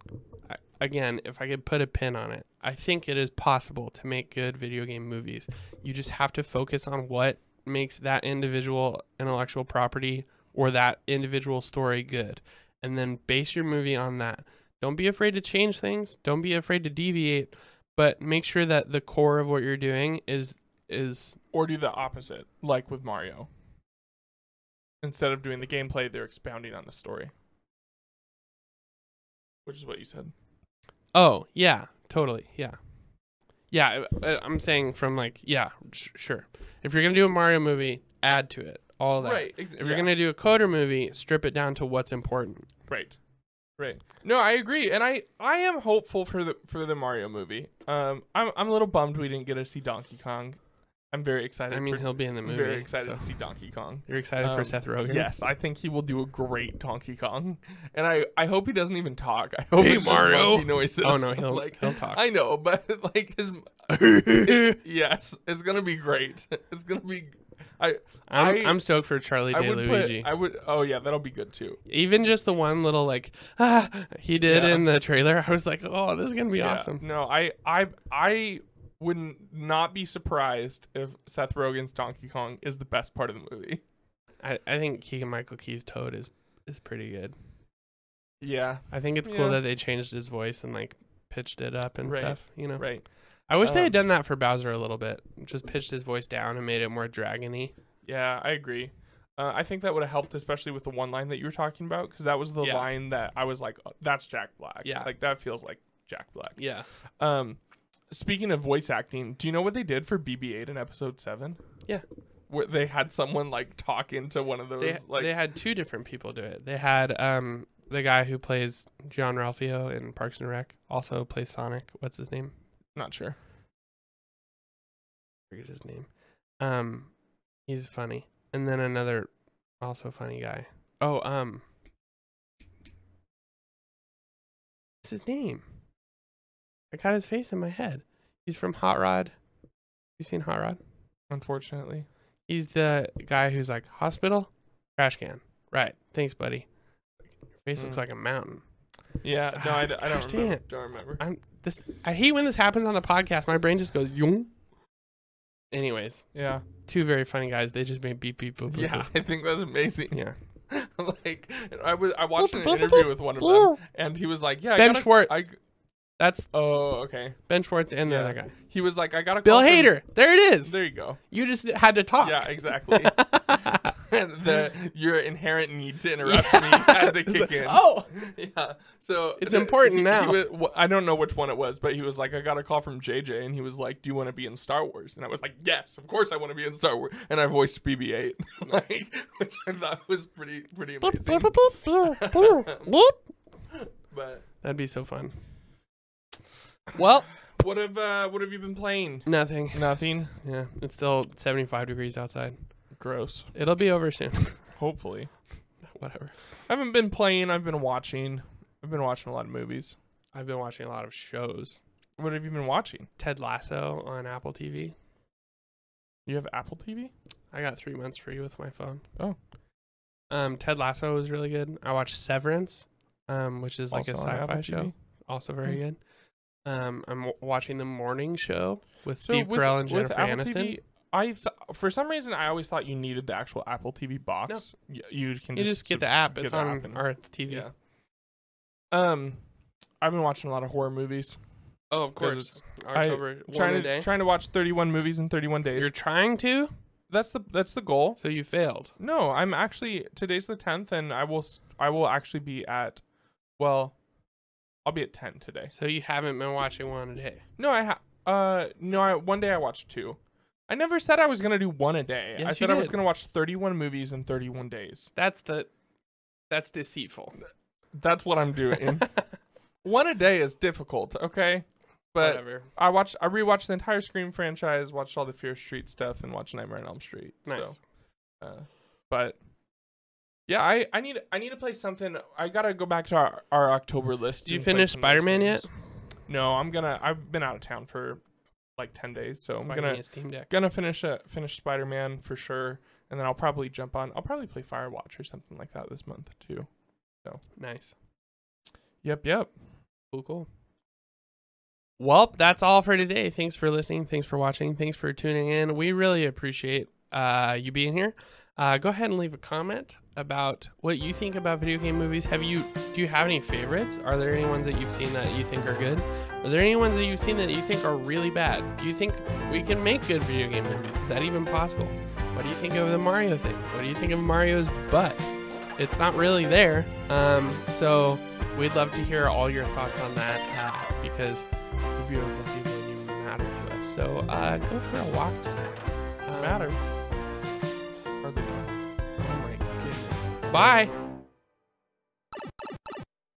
I, again, if I could put a pin on it, I think it is possible to make good video game movies. You just have to focus on what makes that individual intellectual property or that individual story good, and then base your movie on that. Don't be afraid to change things. Don't be afraid to deviate, but make sure that the core of what you're doing is is Or do the opposite, like with Mario. Instead of doing the gameplay, they're expounding on the story. Which is what you said. Oh yeah, totally. Yeah, yeah. I, I- I'm saying from like yeah, sh- sure. If you're gonna do a Mario movie, add to it all that. Right. Ex- If you're gonna do a Coder movie, strip it down to what's important. Right. Right. No, I agree, and I I am hopeful for the for the Mario movie. Um, I'm I'm a little bummed we didn't get to see Donkey Kong. I'm very excited. I mean, for, he'll be in the I'm movie. very excited so- to see Donkey Kong. You're excited Um, for Seth Rogen. Yes, I think he will do a great Donkey Kong, and I I hope he doesn't even talk. I hope Hey, it's Mario. just monkey noises. Oh, no, he'll- like, he'll talk. I know, but like his yes, it's gonna be great. It's gonna be. I I'm, I- I, am stoked for Charlie I Day would Luigi. put I would oh yeah that'll be good too. Even just the one little like ah, he did Yeah. in the trailer, I was like, oh, this is gonna be Yeah. awesome. No, I I I would not be surprised if Seth Rogen's Donkey Kong is the best part of the movie. I, I think Keegan Michael Key's Toad is is pretty good. Yeah, I think it's cool Yeah. that they changed his voice and like pitched it up and Right, stuff. You know, right. I wish they Um, had done that for Bowser a little bit. Just pitched his voice down and made it more dragony. Yeah, I agree. Uh, I think that would have helped, especially with the one line that you were talking about, because that was the Yeah. line that I was like, oh, "That's Jack Black." Yeah. like that feels like Jack Black. Yeah. Um, speaking of voice acting, do you know what they did for BB-8 in Episode Seven? Yeah. where they had someone like talk into one of those They, like they had two different people do it. They had um the guy who plays John Ralphio in Parks and Rec also plays Sonic. What's his name? not sure. I forget his name. Um he's funny. And then another also funny guy. Oh, um What's his name? I got his face in my head. He's from Hot Rod. You seen Hot Rod? Unfortunately, He's the guy who's like hospital, trash can. Right. Thanks, buddy. Your face looks Mm. like a mountain. yeah. No, I, d- I Gosh, don't dang remember. it. Don't remember. I'm this. I hate when this happens on the podcast. My brain just goes yung. Anyways, Yeah. two very funny guys. They just made beep beep boop boop. Yeah, boop. I think that's amazing. yeah. like I was I watched an Boop, boop, boop, interview with one of them and he was like, Yeah, I Ben got a- Schwartz. I, That's oh, okay. Ben Schwartz and the Yeah. other guy, He was like, I got a Bill call from-" Hader. There it is. There you go. You just had to talk. Yeah, exactly. the your inherent need to interrupt me had to It's kick like, in. Oh, Yeah. So It's important he- now. He, wa- I don't know which one it was, but he was like, I got a call from JJ, and he was like, "Do you want to be in Star Wars?" And I was like, "Yes, of course I want to be in Star Wars." And I voiced BB-8, like, which I thought was pretty pretty Bloop, amazing. bloop, bloop, bloop, bloop, bloop, bloop. But that'd be so fun. Well, what have uh, what have you been playing? nothing. Nothing. Yeah, it's still 75 degrees outside. Gross. It'll be over soon. Hopefully, Whatever. I haven't been playing. I've been watching. I've been watching a lot of movies. I've been watching a lot of shows. What have you been watching? Ted Lasso on Apple TV. You have Apple TV? I got three months free with my phone. Oh. Um, Ted Lasso was really good. I watched Severance, um, which is like a Also on Apple sci-fi TV? show, also very Hmm. good. Um, I'm w- watching the Morning Show with So Steve with- Carell and with Jennifer Apple Aniston. TV, I th- for some reason I always thought you needed the actual Apple TV box. Y- You, can you just get the app. get It's the on app and- our TV. Yeah. Um, I've been watching a lot of horror movies. Oh, of 'Cause course. October one trying a to day. trying to watch 31 movies in 31 days. You're trying to, that's the that's the goal. so you failed. No, I'm actually today's the 10th, and I will s- I will actually be at well, I'll be at 10 today. So you haven't been watching one a day. No, I ha- uh no, I one day I watched two. I never said I was gonna do one a day. Yes, I you said I was did. gonna watch 31 movies in 31 days. That's the, that's deceitful. That's what I'm doing. one a day is difficult, okay? But Whatever. I watched I rewatched the entire Scream franchise, watched all the Fear Street stuff, and watched Nightmare on Elm Street. Nice. So, uh, but yeah, I, I need I need to play something. I gotta go back to our, our October list. Did you and play finish some of those Spider-Man yet? games. No, I'm gonna. I've been out of town for like ten days, so I'm gonna Spider-Man Steam Deck. gonna finish uh, finish Spider Man for sure, and then I'll probably jump on. I'll probably play Firewatch or something like that this month too. Nice. Yep, yep. Cool, cool. Well, that's all for today. Thanks for listening. Thanks for watching. Thanks for tuning in. We really appreciate uh, you being here. Uh, go ahead and leave a comment about what you think about video game movies. Have you do you have any favorites? Are there any ones that you've seen that you think are good? Are there any ones that you've seen that you think are really bad? Do you think we can make good video game movies? Is that even possible? What do you think of the Mario thing? What do you think of Mario's butt? It's not really there. Um, so we'd love to hear all your thoughts on that uh, because you beautiful people and you matter to us. So uh, go for a walk tonight. Um, Matter. Or the- Oh my goodness. Bye.